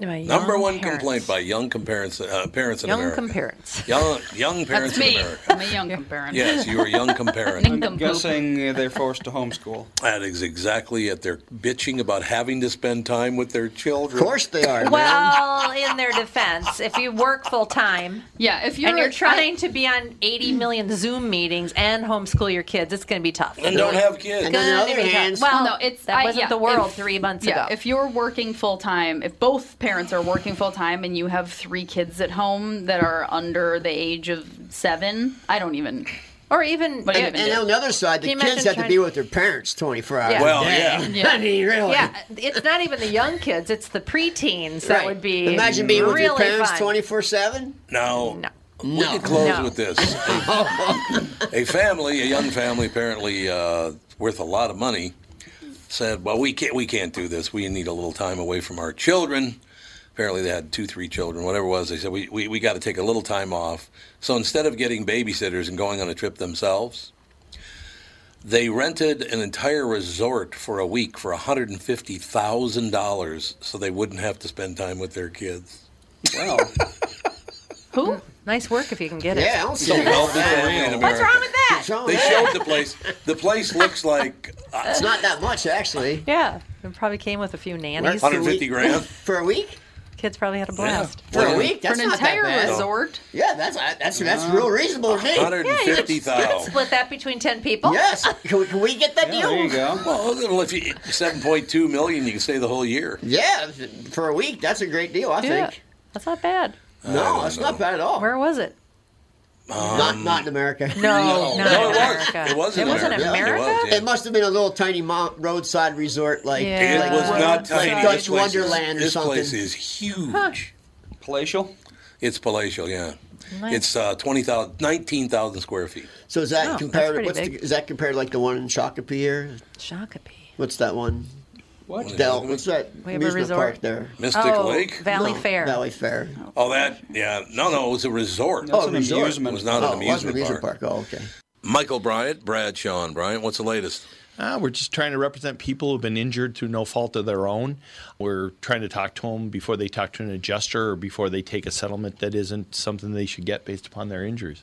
D: My
A: number
D: young
A: one
D: parents.
A: complaint by young comparents, uh, parents in
D: Young
A: America.
D: comparents.
A: Young, young
E: That's
A: parents
E: me.
A: in America.
E: I'm a young comparison.
A: Yes, you were a young comparant.
B: I'm guessing they're forced to homeschool.
A: That is exactly it. They're bitching about having to spend time with their children.
C: Of course they are.
D: Well, in their defense, if you work full time,
E: Yeah, if you're,
D: and you're trying to be on 80 million Zoom meetings and homeschool your kids, it's going to be tough.
A: And don't have kids.
E: And on the
D: Gonna
E: other
D: be tough.
E: hand-
D: well,
E: Well, no, it's-
D: that
E: I-
D: wasn't
E: yeah,
D: the world
E: if-
D: three months
E: yeah,
D: ago.
C: [laughs]
E: if you're working full time, if both parents are working full time and you have three kids at home that are under the age of seven, I don't even.
D: Or even.
E: What do you
C: and,
E: even
C: and
E: do?
C: on the other side, the
D: Can you
C: kids
D: imagine
C: have to
D: trying-
C: be with their parents 24 hours.
D: Yeah.
C: a
D: Well,
C: day.
D: yeah.
C: I mean, really.
D: yeah, it's not even the young kids; it's the preteens that
C: Right.
D: would be.
C: Imagine being
D: really
C: with your parents
D: fun.
C: 24 7.
A: No. No. We
C: No.
A: could close
C: No.
A: with this. a family, a young family, apparently uh, worth a lot of money, said, "Well, we can't, we can't do this. We need a little time away from our children." Apparently, they had two, three children, whatever it was. They said, "We we, we got to take a little time off." So instead of getting babysitters and going on a trip themselves, they rented an entire resort for a week for hundred and fifty thousand dollars, so they wouldn't have to spend time with their kids.
B: Well,
D: Who? Nice work if you can get it.
C: Yeah, I don't
D: [laughs]
A: So wealthy family in
D: What's
A: America.
D: wrong with that?
A: They showed the place. The place looks like uh,
C: It's not that much, actually.
D: Yeah, it probably came with a few nannies.
A: 150
C: [laughs]
A: grand.
C: For a week?
D: Kids probably had a blast.
C: For a week? That's
E: For an
C: not that
E: entire
C: bad.
E: resort.
C: Yeah, that's that's that's
A: Uh,
C: real reasonable to me.
A: 150,000.
D: Split that between ten people. [laughs]
C: Yes. Can we, can we get that deal?
A: Well, well, if you 7.2 million, you can stay the whole year.
C: Yeah, for a week, that's a great deal, I
D: Yeah.
C: think.
D: That's not bad.
C: No, that's not bad at all.
D: Where was it?
C: not not in America.
D: No, No. not
A: Um, [laughs] No, in it was. America. It was in It was in America. America? Yeah, it was, yeah.
C: It must have been a little tiny mo- roadside resort, like
A: It
C: like,
A: was
C: like
A: not tiny.
C: Dutch
A: This place is-
C: Wonderland or
A: This
C: something.
A: place is huge.
B: Palatial?
A: It's palatial, yeah.
D: Nice.
A: It's uh, 20,000 19,000 square feet.
C: So is
D: Oh,
C: that
D: that's
C: compared?
D: pretty
C: What's the,
D: big.
C: is that compared to, like the one in Shakopee or
D: Shakopee?
C: What's that one?
A: What?
C: Del, what's that
D: We have a
C: amusement
D: resort.
C: park there?
A: Mystic Oh, Lake? Valley
C: No,
A: Fair.
C: Valley Fair.
A: Oh, that? Yeah. No, no, it was a resort.
C: That's Oh, an resort. amusement.
A: It was not
C: Oh,
A: an
C: it was an
A: amusement,
C: amusement
A: park.
C: Oh, okay.
A: Michael Bryant, Brad Sean Bryant, what's the latest?
L: Uh, we're just trying to represent people who've been injured through no fault of their own. We're trying to talk to them before they talk to an adjuster or before they take a settlement that isn't something they should get based upon their injuries.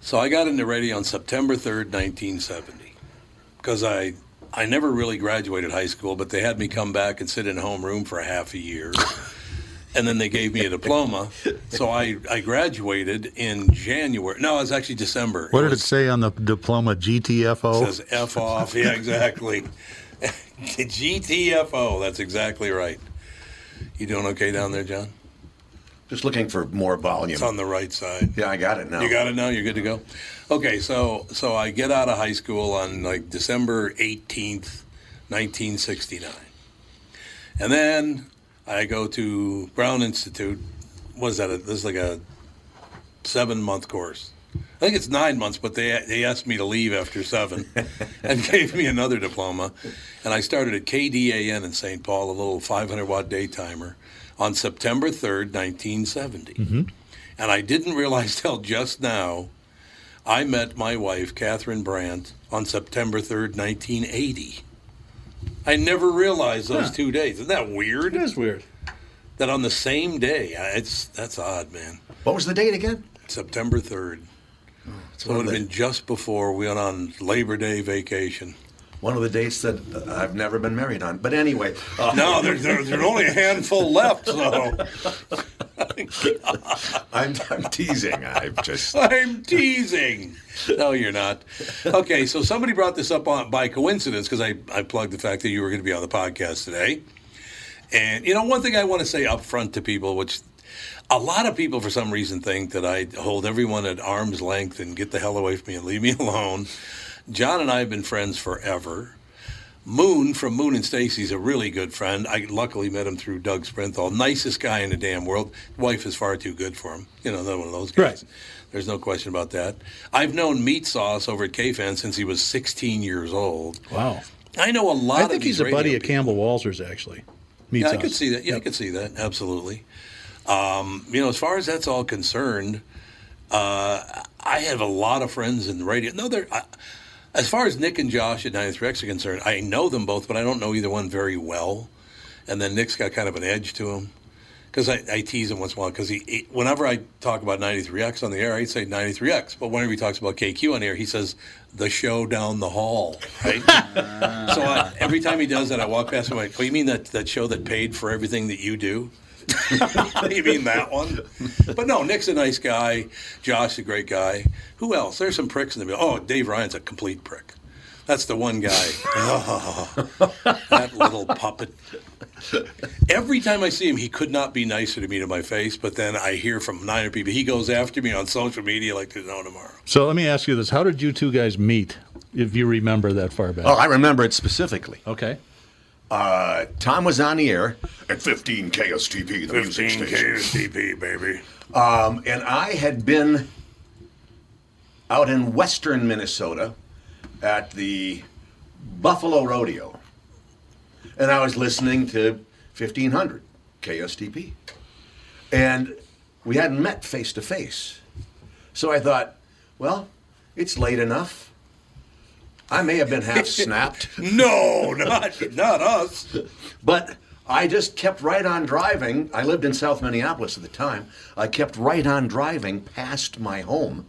A: So I got into radio on September 3rd, 1970, because I. I never really graduated high school, but they had me come back and sit in a homeroom for a half a year and then they gave me a diploma. So I, I graduated in January. No, it was actually December.
M: What did it say on the diploma?
A: It
M: GTFO.
A: says F off. Yeah, exactly. [laughs] GTFO. That's exactly right. You doing okay down there, John?
N: Just looking for more volume.
A: It's on the right side.
N: Yeah, I got it now.
A: You got it now. You're good to go. Okay, so so I get out of high school on like December 18th, 1969, and then I go to Brown Institute. Was that a, this is like a seven month course? I think it's nine months, but they they asked me to leave after seven, and gave me another diploma, and I started at KDAN in St. Paul, a little 500 watt day timer, on September 3rd, 1970. And I didn't realize [laughs] till just now, I met my wife, Catherine Brandt, on September 3rd, 1980. I never realized those
M: Huh.
A: two days. Isn't that weird? It
M: is weird.
A: That on the same day. I- It's That's odd, man.
N: What was the date again? Oh,
A: September 3rd. So it
N: one
A: would
N: of
A: have been just before we went on Labor Day vacation.
N: One of the dates that uh, I've never been married on. But anyway. uh,
A: No, there's, there's only a handful left, so.
N: [laughs] I'm, I'm teasing. I've just.
A: [laughs] I'm teasing. No, you're not. Okay, so somebody brought this up on by coincidence because I, I plugged the fact that you were going to be on the podcast today. And, you know, one thing I want to say up front to people, which a lot of people for some reason think that I hold everyone at arm's length and get the hell away from me and leave me [laughs] alone. John and I have been friends forever. Moon from Moon and Stacy's a really good friend. I luckily met him through Doug Sprinthal, nicest guy in the damn world. Wife is far too good for him. You know, another one of those guys. There's no question about that. I've known Meat Sauce over at KFan since he was 16 years old.
M: Wow.
A: I know a lot
M: I
A: of
M: think
A: these
M: he's a buddy
A: radio
M: of Campbell Walzer's actually. Meets
A: yeah, I
M: us.
A: could see that. Yeah, I could see that. Absolutely. Um, you know, as far as that's all concerned, uh, I have a lot of friends in the radio. No, they're. I, as far as Nick and Josh at 93 X are concerned, I know them both, but I don't know either one very well. And then Nick's got kind of an edge to him. because I, I tease him once in a while because he, he- whenever I talk about 93X on the air, I say 93X. But whenever he talks about KQ on the air, he says the show down the hall, right? [laughs] so I, every time he does that, I walk past him. I'm like, oh, you mean that that show that paid for everything that you do? [laughs] you mean that one? But no, Nick's a nice guy. Josh's a great guy. Who else? There's some pricks in the middle. Oh, Dave Ryan's a complete prick. That's the
F: [laughs]
A: one guy. Oh, that little puppet. Every time I see him, he could not be nicer to me to my face. But then I hear from nine other people, he goes after me on social media like there's no tomorrow.
M: So let me ask you this: How did you two guys meet? If you remember that far back?
F: Oh, I remember it specifically.
M: Okay.
F: Uh, Tom was on the air at 15 KSTP, the music
N: 15
F: station.
N: KSTP,
F: baby. Um, and I had been out in western Minnesota at the Buffalo Rodeo. And I was listening to 1500 KSTP. And we hadn't met face to face. So I thought, well, it's late enough. I may have been
A: [laughs]
F: half snapped.
A: no, not, not us.
F: But I just kept right on driving. I lived in South Minneapolis at the time. I kept right on driving past my home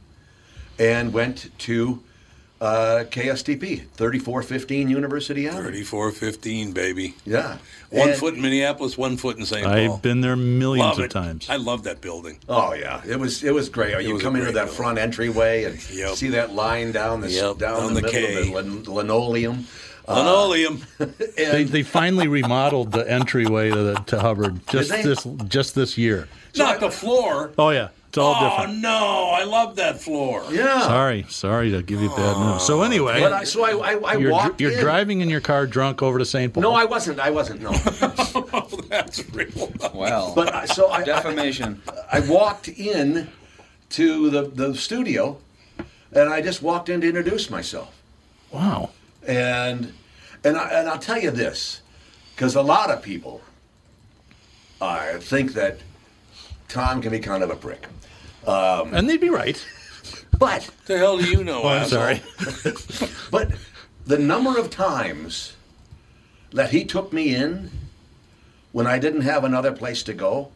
F: and went to uh, KSTP, 3415 University Avenue.
A: 3415, baby.
F: Yeah.
A: One
F: And-
A: foot in Minneapolis, one foot in St. Paul.
M: I've been there millions
A: Love
M: of
A: it.
M: times.
A: I love that building.
F: Oh yeah, it was it was great.
A: It
F: you
A: was a
F: come into
A: great
F: that front entryway and see that line down the
A: Yep,
F: down
A: down
F: the,
A: the
F: middle
A: K.
F: of the lin- linoleum. Uh,
A: Linoleum.
M: [laughs] They, they finally remodeled the entryway to, the, to Hubbard just
A: they?
M: this just this year.
A: not the floor.
M: Oh yeah, it's all
A: oh,
M: different.
A: no, I love that floor.
M: Sorry, sorry to give you bad news. So anyway,
F: But I, so [laughs] I, I, I
M: you're, dr-
F: walked.
M: you're
F: in.
M: driving in your car drunk over to St. Paul.
F: No, I wasn't. I wasn't.
A: [laughs]
F: No.
A: Oh, That's real.
B: Well,
F: But I, so I,
B: defamation.
F: I, walked in to the, the studio, and I just walked in to introduce myself.
M: Wow.
F: And and I, and I'll tell you this, because a lot of people, I think that Tom can be kind of a prick, um,
M: and they'd be right.
F: But
A: the hell do you know?
F: Oh, I'm sorry. [laughs] but the number of times that he took me in when I didn't have another place to go,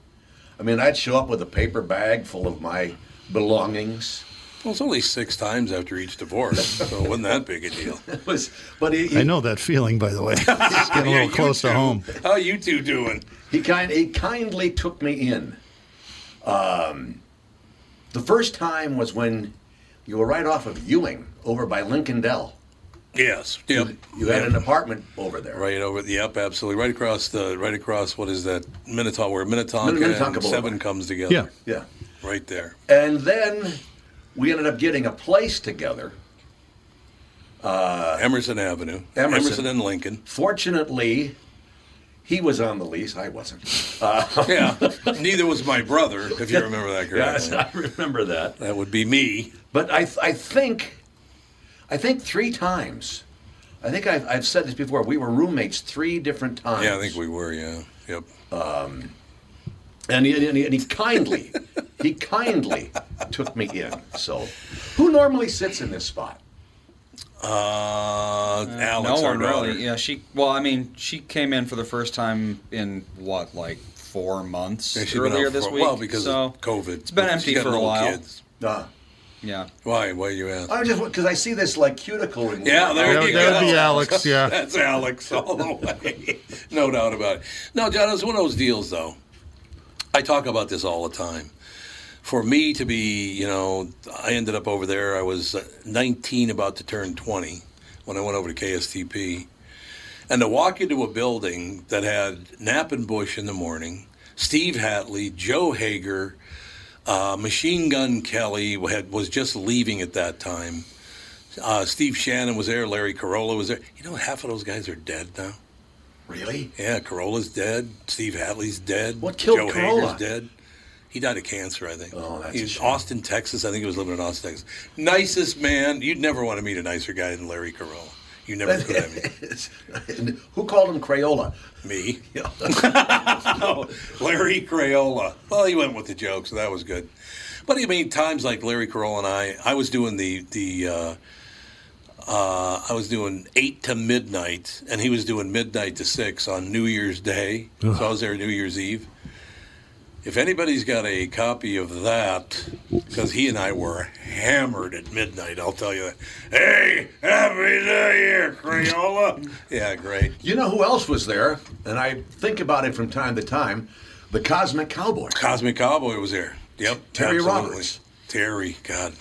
F: I mean, I'd show up with a paper bag full of my belongings. [laughs]
A: Well, it's only six times after each divorce, so it wasn't that big a deal.
F: It was, but he, he-
M: I know that feeling, by the way. [laughs] It's getting a
F: Yeah,
M: little
F: [laughs] you
M: close to
F: too.
M: home.
A: How you two doing?
F: He kind he kindly took me in. Um, the first time was when you were right off of Ewing over by Lincoln Dell.
A: Yes. Yep.
F: You had an apartment over there.
A: Right over. Yep. Absolutely. Right across the. Right across. What is that? Minnetonka. Where
F: Minnetonka
A: Minnetonka, and
F: Boulevard.
A: Seven comes together.
F: Yeah.
A: Right there.
F: And then we ended up getting a place together. Uh,
A: Emerson Avenue. Emerson and Lincoln.
F: Fortunately, he was on the lease. I wasn't. Uh,
A: [laughs] yeah. Neither was my brother, if you remember
F: [laughs]
A: that
F: Yes,
A: correctly.
F: I remember that.
A: That would be me.
F: But I, I think, I think three times. I think I've, I've said this before. We were roommates three different times.
A: Yeah, I think we were. Yeah. Yep.
F: Um, and, he, and, he, and he kindly, he kindly took me in. So, who normally sits in this spot?
A: Uh, Alex,
B: no
A: our
B: one
A: daughter.
B: really. Yeah, she. Well, I mean, she came in for the first time in what, like four months
A: Yeah, she's been
B: earlier
A: out
B: this
A: for-
B: week.
A: well, because
B: So
A: of COVID.
B: it's been
A: She's
B: empty
A: got
B: for a
A: little
B: while.
A: kids.
F: Uh,
B: yeah.
A: Why? Why you ask?
F: I just because I see this like cuticle ring.
A: Yeah, there
M: That-
A: you
M: that
A: go.
M: would be Alex, yeah.
A: [laughs] That's Alex all the way. [laughs] No doubt about it. No, John, it's one of those deals, though. I talk about this all the time. For me to be, you know, I ended up over there. I was uh, 19, about to turn 20 when I went over to KSTP. And to walk into a building that had Knapp and Bush in the morning, Steve Hatley, Joe Hager, uh, Machine Gun Kelly had, was just leaving at that time. Uh, Steve Shannon was there. Larry Carolla was there. You know, half of those guys are dead now.
F: Really?
A: Yeah, Carolla's dead. Steve Hadley's dead. What
F: killed
A: Joe
F: Carolla?
A: Hager's dead. He died of cancer, I think. Oh, that's he was Austin, Texas. I think he was living in Austin, Texas. Nicest man. You'd never want to meet a nicer guy than Larry Carolla. You never could have. [laughs]
F: And who called him Crayola?
A: Me. [laughs] Larry Crayola. Well, he went with the joke, so that was good. But I mean, times like Larry Crayola and I, I was doing the the uh, uh, I was doing eight to midnight, and he was doing midnight to six on New Year's Day. So I was there New Year's Eve, If anybody's got a copy of that, because he and I were hammered at midnight, I'll tell you that. Hey, happy New Year, Crayola. yeah, great.
F: You know who else was there? And I think about it from time to time. The Cosmic Cowboy.
A: Cosmic Cowboy was there. Yep.
F: Terry
A: absolutely.
F: Roberts.
A: Terry, God,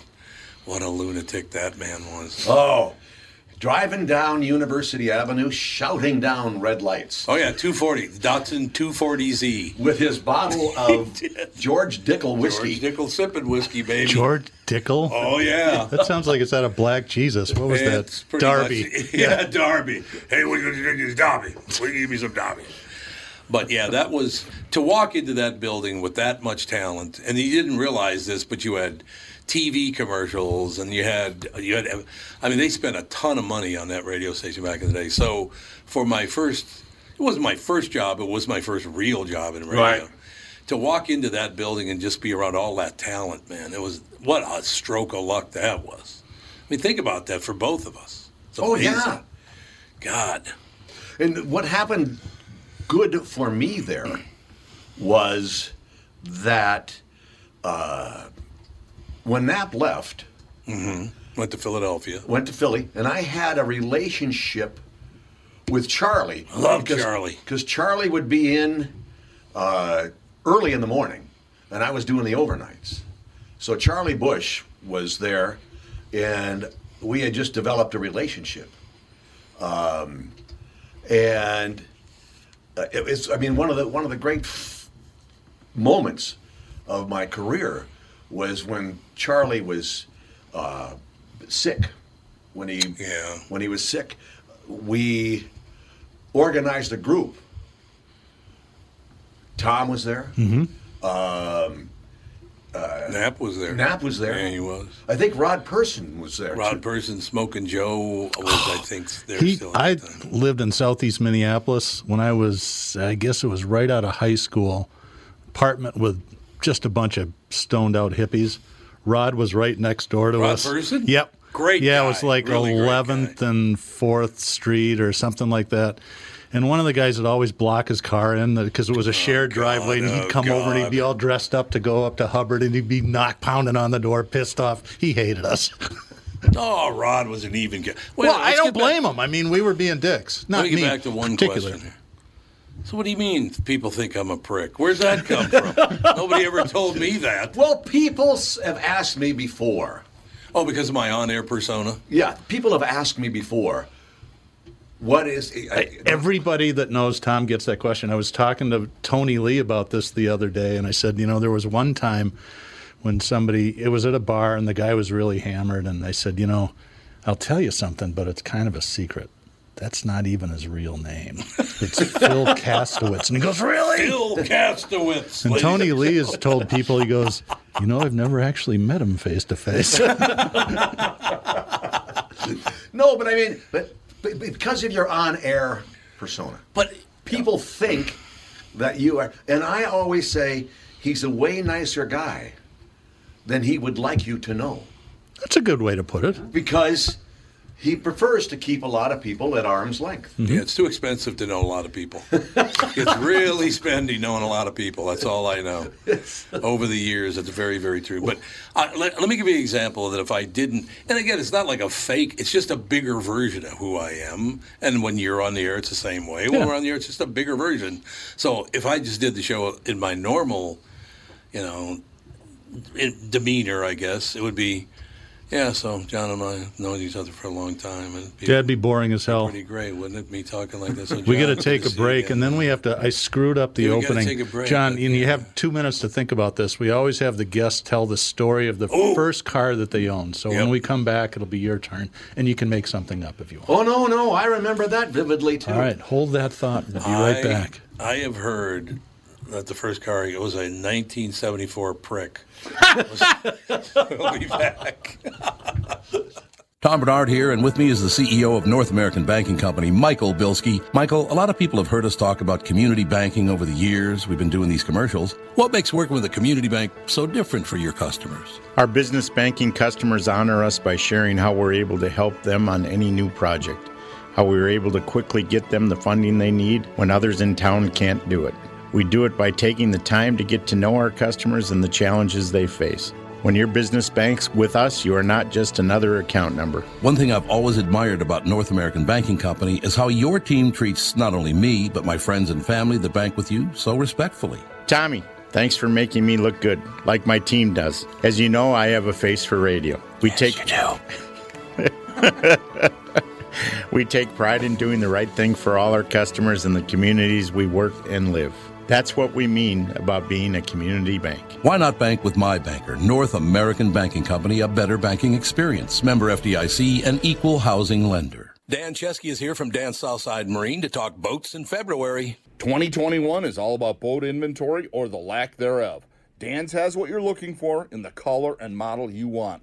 A: what a lunatic that man was.
F: Oh, driving down University Avenue, shouting down red lights.
A: Oh, yeah, 240, Datsun 240Z.
F: With his
A: [laughs]
F: bottle of George Dickel whiskey.
A: George Dickel sipping whiskey, baby.
M: George Dickel.
A: Oh, yeah.
M: that sounds like it's out of Black Jesus. What was
A: It's
M: that?
A: pretty
M: Darby.
F: [laughs]
A: much- [laughs] yeah, Darby. Hey, what are you going to drink? Is Darby. What you give me some Darby? But yeah, that was to walk into that building with that much talent, and you didn't realize this, but you had TV commercials, and you had you had. I mean, they spent a ton of money on that radio station back in the day. So for my first, it wasn't my first job; it was my first real job in radio.
F: Right.
A: To walk into that building and just be around all that talent, man, it was what a stroke of luck that was. I mean, think about that for both of us. It's
F: Oh,
A: amazing.
F: yeah.
A: God.
F: And what happened good for me there was that uh, when Knapp left,
A: Mm-hmm. went to Philadelphia,
F: went to Philly, and I had a relationship with Charlie.
A: I love Charlie.
F: Because Charlie would be in uh, early in the morning, and I was doing the overnights. So Charlie Bush was there, and we had just developed a relationship. Um, and uh, it was, I mean, one of the one of the great f- moments of my career was when Charlie was uh, sick. When he when he was sick, we organized a group. Tom was there.
M: Mm-hmm.
F: Um, uh,
A: Knapp was there.
F: Knapp was there.
A: Yeah, he was.
F: I think Rod Person was there.
A: Rod Person, Smoking Joe was,
F: [sighs]
A: I think, there
M: He,
A: still.
M: I lived in southeast Minneapolis when I was, I guess it was right out of high school, apartment with just a bunch of stoned out hippies. Rod was right next door to
A: Rod
M: us.
A: Person?
M: Yep.
A: Great
M: Yeah,
A: guy.
M: it was like
A: Really great
M: 11th and 4th Street or something like that. And one of the guys would always block his car in because it was a shared driveway, and
A: oh,
M: he'd come over and he'd be all dressed up to go up to Hubbard, and he'd be knock pounding on the door, pissed off. He hated us.
A: Oh, Rod was an even guy.
M: Well,
A: let's
M: I
A: get
M: don't
A: back-
M: blame him. I mean, we were being dicks. Not
A: Let me get
M: me
A: back to one
M: particularly.
A: question here. So, what do you mean people think I'm a prick? Where's that come
M: [laughs]
A: from? Nobody ever told me that.
F: Well, people s- have asked me before.
A: Oh, because of my on-air persona.
F: Yeah, people have asked me before. What is? I,
M: Everybody that knows Tom gets that question. I was talking to Tony Lee about this the other day, and I said, you know, there was one time when somebody, it was at a bar, and the guy was really hammered, and I said, you know, I'll tell you something, but it's kind of a secret. That's not even his real name. It's
A: [laughs]
M: Phil Castowitz. And he goes, Really?
A: Phil Castowitz.
M: And
A: ladies
M: Tony Lee has told people, he goes, You know, I've never actually met him face to face. [laughs]
F: no, but I mean, but, but because of your on-air persona,
A: but
F: people think that you are. And I always say he's a way nicer guy than he would like you to know.
M: That's a good way to put it.
F: because he prefers to keep a lot of people at arm's length.
A: Yeah, it's too expensive to know a lot
F: [laughs]
A: of people. it's really spendy knowing a lot of people. That's all
M: [laughs]
A: I know. Over the years, that's very, very true. But I, let, let me give you an example that if I didn't, and again, it's not like a fake, it's just a bigger version of who I am. And when you're on the air, it's the same way. When
O: Yeah.
A: we're on the air, it's just a bigger version. So if I just did the show in my normal, you know, in demeanor, I guess, it would be, yeah, so John and I have known each other for a long time. And people-
M: That'd be boring as hell.
A: Pretty great, wouldn't it? Me talking like this.
M: We got to
A: [laughs]
M: take a break, and then we have to. I screwed up the
A: Yeah, we gotta
M: opening,
A: take a break,
M: John. And you have two minutes to think about this. We always have the guest tell the story of the first car that they own. So when we come back, it'll be your turn, and you can make something up if you want.
F: Oh no, no, I remember that vividly too.
M: All right, hold that thought. We'll be right back.
A: I have heard that the first car it was a 1974
P: [laughs]
A: prick. we'll be back.
P: Tom Bernard here, and with me is the CEO of North American Banking Company, Michael Bilski. Michael, a lot of people have heard us talk about community banking over the years. We've been doing these commercials. What makes working with a community bank so different for your customers?
G: Our business banking customers honor us by sharing how we're able to help them on any new project, how we were able to quickly get them the funding they need when others in town can't do it. We do it by taking the time to get to know our customers and the challenges they face. When your business banks with us, you are not just another account number.
P: One thing I've always admired about North American Banking Company is how your team treats not only me, but my friends and family that bank with you so respectfully.
G: Tommy, thanks for making me look good, like my team does. As you know, I have a face for radio. We take [laughs] we take pride in doing the right thing for all our customers and the communities we work and live. That's what we mean about being a community bank.
P: Why not bank with my banker, North American Banking Company, a better banking experience, member FDIC, an equal housing lender. Dan Chesky is here from Dan Southside Marine to talk boats in February.
Q: 2021 is all about boat inventory or the lack thereof. Dan's has what you're looking for in the color and model you want.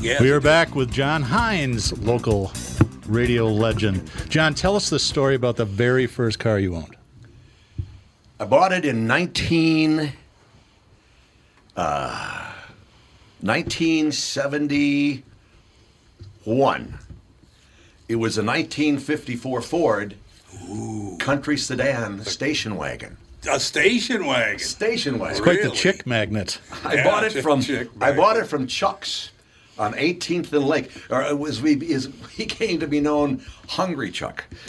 A: Yes.
M: we are back with John Hines, local radio legend. John, tell us the story about the very first car you owned.
F: I bought it in 19, uh, 1971. It was a 1954 Ford Country Sedan Station Wagon.
A: A station wagon.
F: Station wagon.
M: It's quite the chick magnet.
F: I bought it from I bought it from Chuck's on 18th and Lake. Or it was we is [laughs] he came to be known Hungry Chuck. [laughs]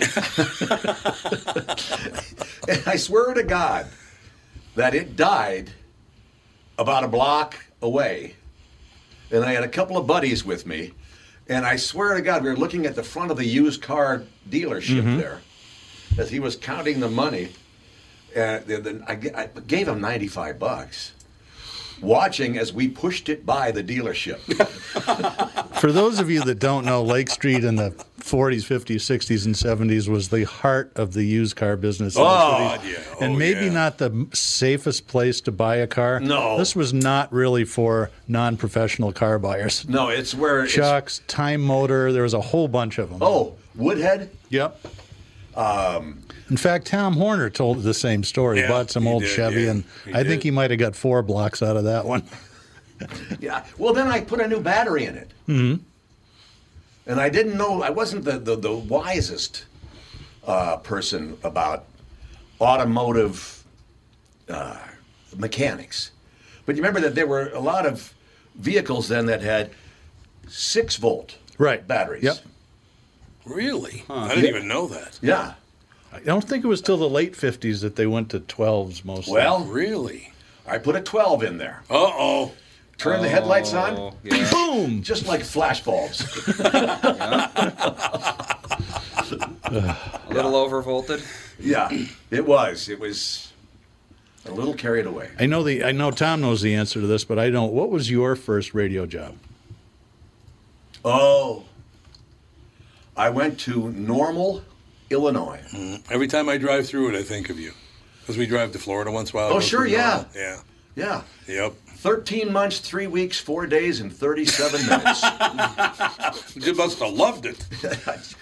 F: and I swear to God that it died about a block away. And I had a couple of buddies with me. And I swear to God, we were looking at the front of the used car dealership
N: Mhm.
F: there as he was counting the money. Uh, the, the, I, g- I gave him 95 bucks, watching as we pushed it by the dealership.
M: For those of you that don't know, Lake Street in the 40s, 50s, 60s, and 70s was the heart of the used car business. in the
A: Oh,
M: cities.
A: yeah.
M: and maybe not the safest place to buy a car.
F: No.
M: This was not really for non professional car buyers.
F: no, it's where it's-
M: Chucks, Time Motor, there was a whole bunch of them.
F: Oh, Woodhead.
M: Yep.
F: Um,
M: In fact, Tom Horner told the same story.
F: Yeah,
M: bought some
F: he
M: old
F: did,
M: Chevy,
F: yeah.
M: and
F: He
M: I think
F: did.
M: he might have got four blocks out of that one.
F: yeah. Well, then I put a new battery in it,
M: hmm
F: and I didn't know I wasn't the the, the wisest uh, person about automotive uh, mechanics. But you remember that there were a lot of vehicles then that had six volt
M: right
F: batteries.
M: Yep.
A: Really? I didn't even know that.
F: Yeah.
M: I don't think it was till the late 50s that they went to 12s mostly.
F: Well,
A: really?
F: I put a 12 in there.
A: Uh oh.
F: Turn the headlights
B: Oh,
F: on.
A: yeah.
B: [laughs]
F: Boom! Just like flashbulbs.
B: A little overvolted.
F: Yeah, it was. It was a little carried away.
M: I know the I know Tom knows the answer to this, but I don't. What was your first radio job?
F: Oh, I went to Normal, Illinois.
A: Mm-hmm. Every time I drive through it, I think of you. Because we drive to Florida once in a while.
F: Oh,
A: Go through
F: sure, yeah.
A: Yeah.
F: Yeah.
A: Yep.
F: 13 months, 3 weeks, 4 days, and
A: [laughs]
F: 37 minutes.
A: You must have loved it.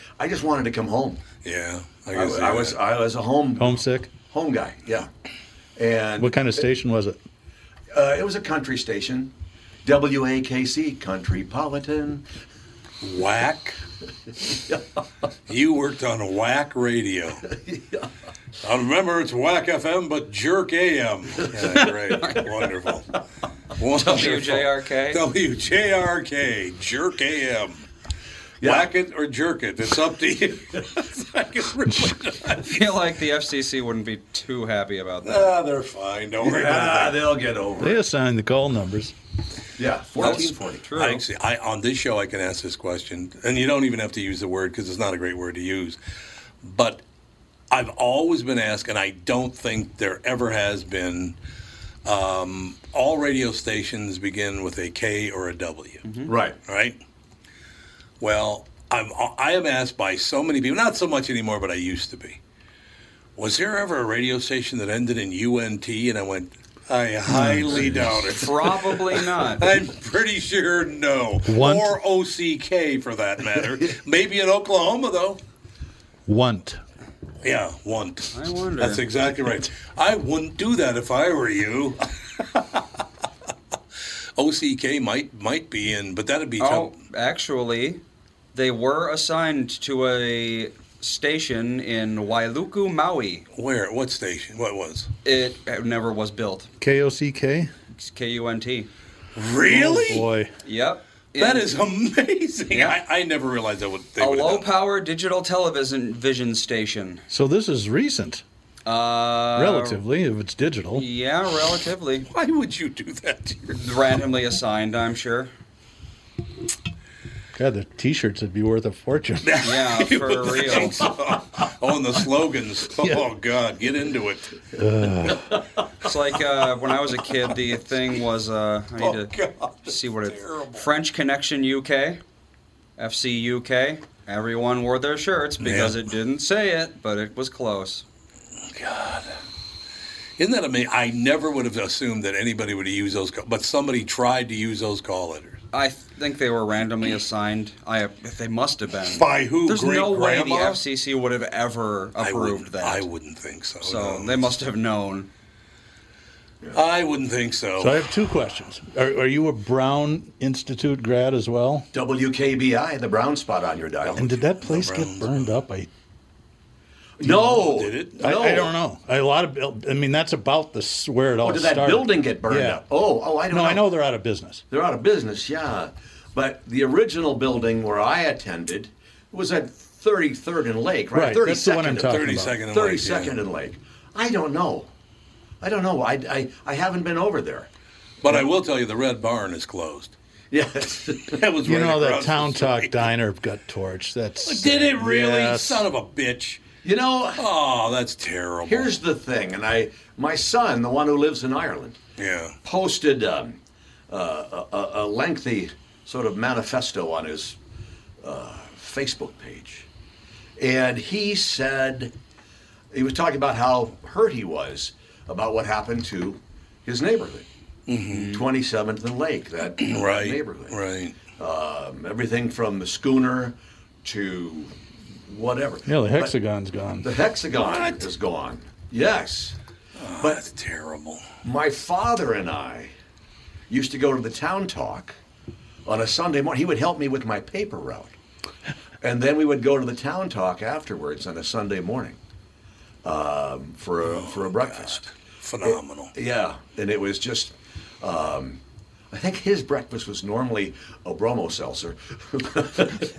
F: [laughs] I just wanted to come home.
A: Yeah.
F: I,
A: I can see
F: I was
A: that.
F: I was a home
M: homesick
F: home guy. Yeah. And
M: What kind of station was it?
F: Uh, it was a country station, WAKC, Countrypolitan.
A: Whack. You worked on Whack Radio. I remember it's Whack FM, but Jerk AM. Yeah, great. Wonderful. Wonderful.
B: WJRK?
A: WJRK. Jerk AM. Whack it or jerk it. It's up to you. I guess really
B: [laughs] I feel like the FCC wouldn't be too happy about that.
A: Ah, they're fine. Uh, Don't worry about
F: they'll get over
M: They assigned the call numbers.
F: Yeah, fourteen forty.
A: True. I actually, I, on this show, I can ask this question, and you don't even have to use the word because it's not a great word to use. But I've always been asked, and I don't think there ever has been. Um, all radio stations begin with a K or a W.
F: Mm-hmm. Right.
A: All right. Well, I'm I am asked by so many people, not so much anymore, but I used to be. Was there ever a radio station that ended in UNT? And I went, I highly
B: geez.
A: doubt it. [laughs]
B: Probably not.
A: I'm pretty sure no.
M: One-
A: Or OCK for that matter. Maybe in Oklahoma though.
M: Want.
A: Yeah, want.
B: I wonder.
A: That's exactly right. I wouldn't do that if I were you. [laughs] OCK might might be in, but that'd be tough.
B: Oh, actually, they were assigned to a station in Wailuku, Maui.
A: Where? What station? What was?
B: It never was built.
M: K O C K.
B: It's KUNT.
A: Really?
M: Oh, boy.
B: Yep.
A: That
B: And
A: is amazing. I, I never realized I would. They
B: a
A: would
B: low power digital television vision station.
M: So this is recent,
B: Uh,
M: relatively, if it's digital.
B: Yeah, relatively.
A: Why would you do that to your
B: Randomly assigned, I'm
A: [laughs]
B: sure.
M: God, the T-shirts would be worth a
F: [laughs]
M: fortune.
B: Yeah, for
A: would
B: real.
A: think so. Oh, and the slogans. Oh God, get into it.
M: Uh, Ugh.
B: It's like uh, when I was a kid, the thing was uh, I need
A: Oh,
B: to see what it French Connection UK, FC UK. Everyone wore their shirts because it didn't say it, but it was close.
A: God. Isn't that amazing? I never would have assumed that anybody would use those, co- but somebody tried to use those call letters.
B: I think they were randomly assigned. I they must have been
A: By who?
B: There's no way the
A: Great-grandma?
B: FCC would have ever
A: I
B: approved
A: wouldn't-
B: that.
A: I wouldn't think so.
B: So
A: no.
B: they must have known.
A: I wouldn't think
M: So I have two questions. Are, are you a Brown Institute grad as well?
F: WKBI, the brown spot on your dial.
M: And did that place get burned up? I
F: No.
A: Did it?
M: I,
F: No.
M: I don't know. A lot of, buil- I mean, that's about the s- where it all
F: did that
M: started.
F: building get burned
M: Yeah.
F: up? Oh, oh, I don't
M: No, I
F: know.
M: know they're out of business.
F: They're out of business, yeah. But the original building where I attended was at 33rd and Lake, right?
M: Right, that's the one
F: 32nd
M: I'm
F: and-
M: talking about. 32nd and Lake,
F: 32nd
A: yeah.
F: and Lake. I don't know. I don't know. I, I, I haven't been over there.
A: But I will tell you, the Red Barn is closed.
F: Yes.
A: [laughs] that was
M: You
A: right
M: know that
A: across the
M: Town Talk diner got torched. That's
A: Did it really?
M: Yes.
A: Son of a bitch.
F: You know.
A: Oh, that's terrible.
F: Here's the thing, and I, my son, the one who lives in Ireland,
A: yeah.
F: posted um, uh, a, a- a lengthy sort of manifesto on his uh, Facebook page. And he said, he was talking about how hurt he was about what happened to his neighborhood, 27th and Lake, that that
A: Mm-hmm. [clears throat] Right,
F: neighborhood.
A: Right.
F: Um, everything from the schooner to whatever.
M: Yeah, the
F: But
M: hexagon's gone.
F: The hexagon is gone. Yes. but
A: Oh, that's terrible.
F: My father and I used to go to the town talk on a Sunday morning. He would help me with my paper route. And then we would go to the town talk afterwards on a Sunday morning um, for a, for a breakfast.
A: Oh, Phenomenal.
F: Yeah, and it was just. Um, I think his breakfast was normally a bromo seltzer.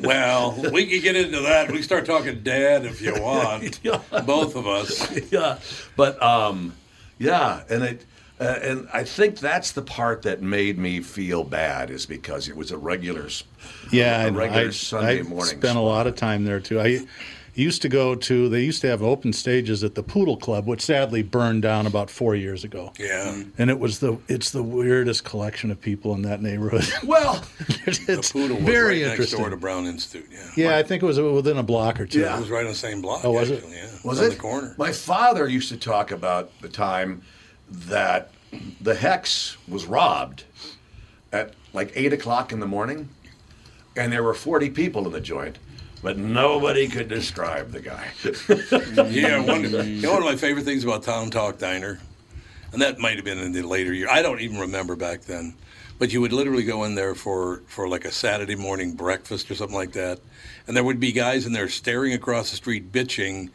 A: Well, we could get into that. We start talking dad if you
M: [laughs]
A: want. Both of us.
F: yeah, but um, yeah, and it, uh, and I think that's the part that made me feel bad is because it was a regular, s-
M: Yeah,
F: a
M: I know.
F: regular
M: I,
F: Sunday
M: I
F: morning.
M: spent a lot of time there too. I used to go to. They used to have open stages at the Poodle Club, which sadly burned down about four years ago.
A: Yeah.
M: And it was the it's the weirdest collection of people in that neighborhood.
F: Well,
M: it's
A: the poodle was
M: very
A: right next door
M: interesting.
A: to Brown Institute. Yeah.
M: [laughs] yeah, I think it was within a block or two.
A: It was right on the same block.
M: Oh, was it?
A: actually, Yeah.
F: Was
A: on
F: it?
A: the corner.
F: My father used to talk about the time that the hex was robbed at like eight o'clock in the morning, and there were forty people in the joint, but nobody could describe the guy.
A: [laughs]
F: Mm-hmm.
A: yeah, one, you know, one of my favorite things about Town Talk Diner, and that might have been in the later year. I don't even remember back then, but you would literally go in there for for like a Saturday morning breakfast or something like that, and there would be guys in there staring across the street bitching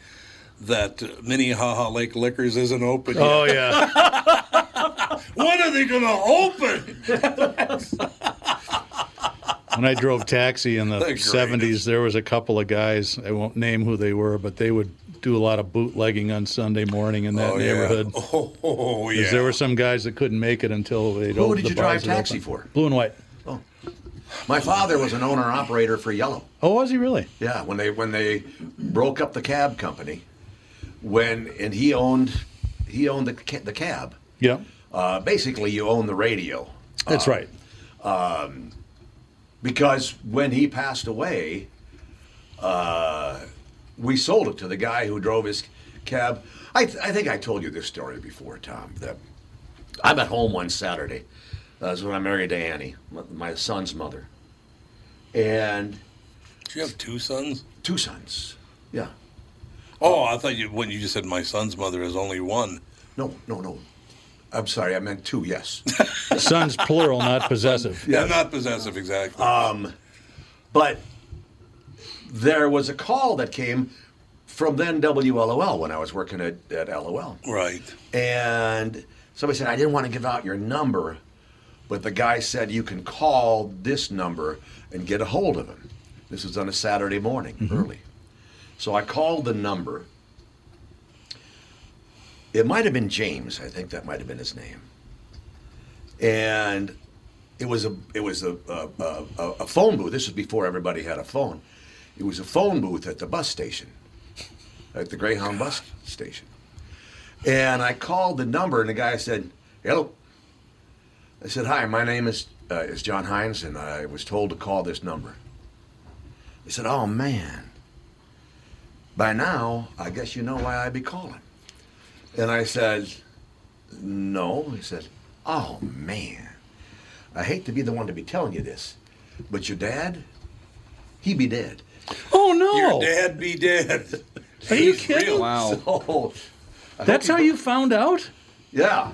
A: that Minnehaha Lake Liquors isn't open. yet.
M: Oh
A: [laughs]
M: yeah.
A: when are they going to open?
M: when I drove taxi in the
F: [laughs]
A: They're great.
M: seventies, there was a couple of guys. I won't name who they were, but they would do a lot of bootlegging on Sunday morning in that
F: Oh, yeah.
M: neighborhood.
F: Oh, oh, yeah.
M: there were some guys that couldn't make it until they.
F: Who did you drive taxi for?
M: Blue and white.
F: My father was an owner operator for Yellow.
M: Oh, was he really?
F: Yeah, when they when they broke up the cab company, when and he owned he owned the ca- the cab.
M: Yeah,
F: Uh, basically, you own the radio.
M: that's
F: Um,
M: right.
F: um, because when he passed away, uh, we sold it to the guy who drove his cab. I, th- I think I told you this story before, Tom. That I'm at home one Saturday. That was when I married Annie, my- my son's mother. And
A: Do you have two sons?
F: Two sons. Yeah.
A: Oh, I thought you when you just said my son's mother is only one.
F: No, no, no. I'm sorry, I meant two. Yes.
M: [laughs] Sons plural, not possessive.
A: Yeah, not possessive exactly.
F: Um, but there was a call that came from then WLOL when I was working at, at LOL.
A: Right.
F: And somebody said, I didn't want to give out your number, but the guy said, you can call this number and get a hold of him. This was on a Saturday morning,
M: Mm-hmm.
F: early. So I called the number. It might have been James, I think that might have been his name. And it was a it was a, a, a, a- a phone booth. This was before everybody had a phone. It was a phone booth at the bus station, at the Greyhound bus station. And I called the number, and the guy said, "Hello." I said, "Hi, my name is uh, is John Hines, and I was told to call this number." He said, "Oh man, by now I guess you know why I'd be calling." And I said, "No." He said, "Oh man." I hate to be the one to be telling you this, but your dad, he be dead.
M: Oh no!
A: Your dad be dead.
M: [laughs] Are you kidding?
F: [laughs] Wow.
M: That's how you found out.
F: yeah.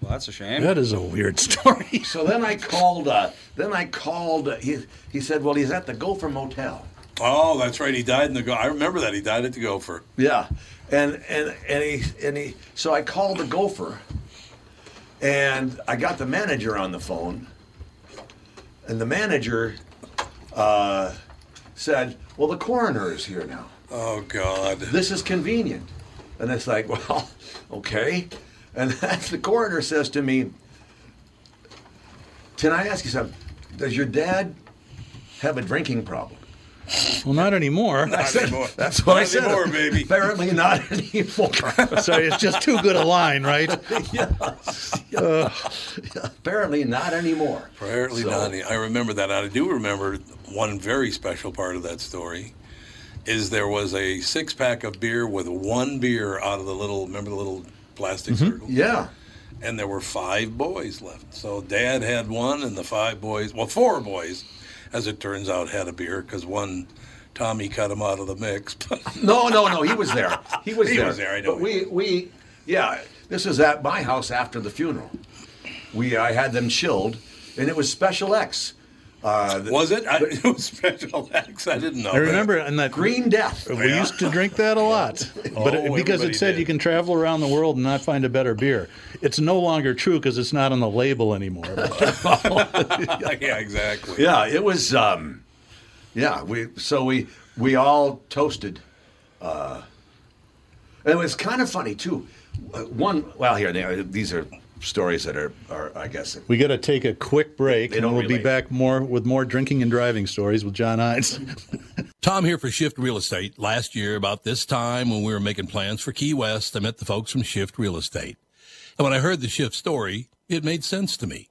B: Well, that's a shame.
M: That is a weird story.
F: [laughs] So then I called. Uh, then I called. Uh, he he said, "Well, he's at the Gopher Motel."
A: Oh, that's right. He died in the. Go- I remember that he died at the Gopher.
F: Yeah, and and and he and he. So I called the Gopher, and I got the manager on the phone, and the manager uh, said, "Well, the coroner is here now."
A: Oh God.
F: This is convenient, and it's like, [laughs] well, okay, and [laughs] that's the coroner says to me. Can I ask you something? Does your dad have a drinking problem?
M: Well, not
A: [laughs]
M: anymore.
F: I said- That's what I said. baby. Apparently not [laughs] anymore.
M: Sorry, it's just too good a line,
F: [laughs]
M: right? Uh,
F: yeah. Yeah. Apparently not anymore.
A: Apparently
F: So-
A: not. I remember that. I do remember one very special part of that story. Is there was a six pack of beer with one beer out of the little remember the little plastic
M: Mm-hmm.
A: circle?
F: Yeah.
A: And there were five boys left. So dad had one, and the five boys, well, four boys, as it turns out, had a beer because one Tommy cut him out of the mix. [laughs]
F: No, no, no. He was there. He was
A: He
F: there.
A: was there, I know
F: But we, we, yeah. This is at my house after the funeral. We, I had them chilled, and it was Special X. Uh,
A: was it? I, [laughs] it was Special X. I didn't know.
M: I remember in that
F: Green Death.
M: We used to drink that a
F: [laughs]
M: lot, but it-
A: Oh,
M: because
A: everybody
M: it said
A: did.
M: you can travel around the world and not find a better beer, it's no longer true because it's not on the label anymore.
A: yeah, exactly.
F: [laughs] Yeah, it was. Um, yeah, we so we we all toasted. Uh, and it was kind of funny too. Uh, One, well, here they are- these are stories that are, are I guess,
M: we got to take a quick break,
F: They
M: and
F: don't
M: we'll be
F: relate.
M: back more with more drinking and driving stories with John Hines. [laughs]
P: Tom here for Shift Real Estate. Last year, about this time when we were making plans for Key West, I met the folks from Shift Real Estate. And when I heard the Shift story, it made sense to me.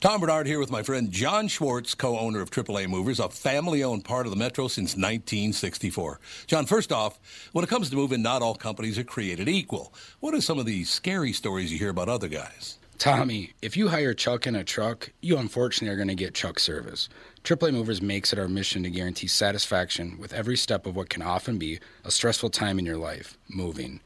P: Tom Bernard here with my friend John Schwartz, co owner of AAA Movers, a family owned part of the Metro since 1964. John, first off, when it comes to moving, not all companies are created equal. What are some of the scary stories you hear about other guys?
R: Tommy, if you hire Chuck in a truck, you unfortunately are going to get Chuck service. AAA Movers makes it our mission to guarantee satisfaction with every step of what can often be a stressful time in your life, moving.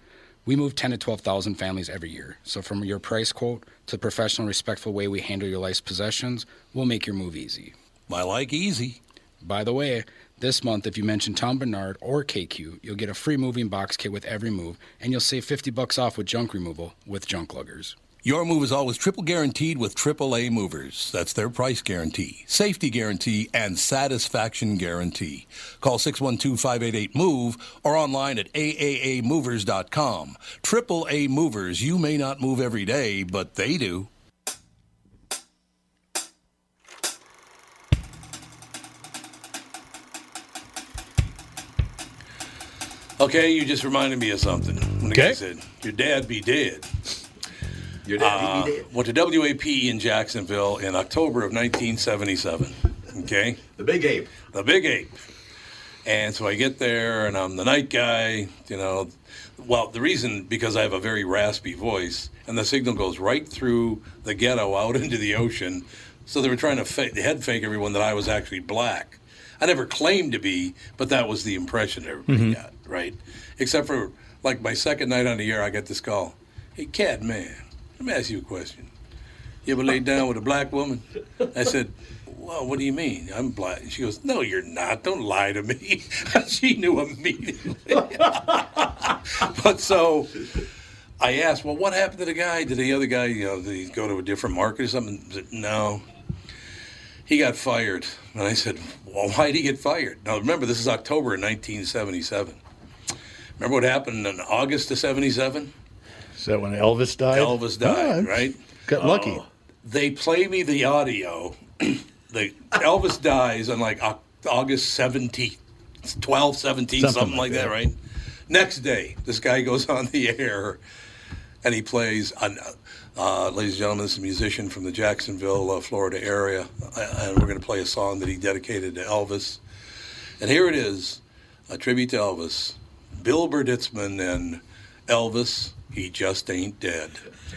R: We move 10 to 12,000 families every year. So from your price quote to the professional respectful way we handle your life's possessions, we'll make your move easy.
P: I like easy.
R: By the way, this month if you mention Tom Bernard or KQ, you'll get a free moving box kit with every move and you'll save 50 bucks off with junk removal with junk luggers.
P: Your move is always triple guaranteed with AAA Movers. That's their price guarantee, safety guarantee, and satisfaction guarantee. Call 612-588-MOVE E or online at aaamovers.com. AAA Movers, you may not move every day, but they do.
A: Okay, you just reminded me of something. When the guy said, Your dad be dead. Your
F: dad be dead.
A: Went to WAPE in Jacksonville in October of 1977. Okay? The Big Ape. The Big Ape. And so I get there and I'm the night guy, you know. Well, the reason, because I have a very raspy voice and the signal goes right through the ghetto out [laughs] into the ocean. So they were trying to fake, head fake everyone that I was actually black. I never claimed to be, but that was the impression everybody
M: Mm-hmm.
S: Mhm.
A: got, right? Except for like my second night on the air, I got this call. Hey, cat man, let me ask you a question. You ever laid down with a black woman? I said, Well, what do you mean? I'm black. She goes, No, you're not. Don't lie to me. [laughs] she knew immediately. [laughs] but so I asked, Well, what happened to the guy? Did the other guy, you know, did he go to a different market or something? He said, no. He got fired. And I said, Well, why did he get fired? Now, remember, this is October of 1977. Remember what happened in August of 77?
M: Is that when Elvis died?
A: Elvis died, right?
M: Ah, Got lucky.
A: Oh, they play me the audio. [clears throat] the Elvis dies on like Au- August 17th, 12, 17, something,
M: Something like
A: like that.
M: that.
A: right? Next day, this guy [laughs] goes on the air and he plays, an, uh, ladies and gentlemen, this is a musician from the Jacksonville, uh, Florida area. uh, And we're going to play a song that he dedicated to Elvis. And here it is a tribute to Elvis. Bill Berditzman and Elvis, he just ain't dead.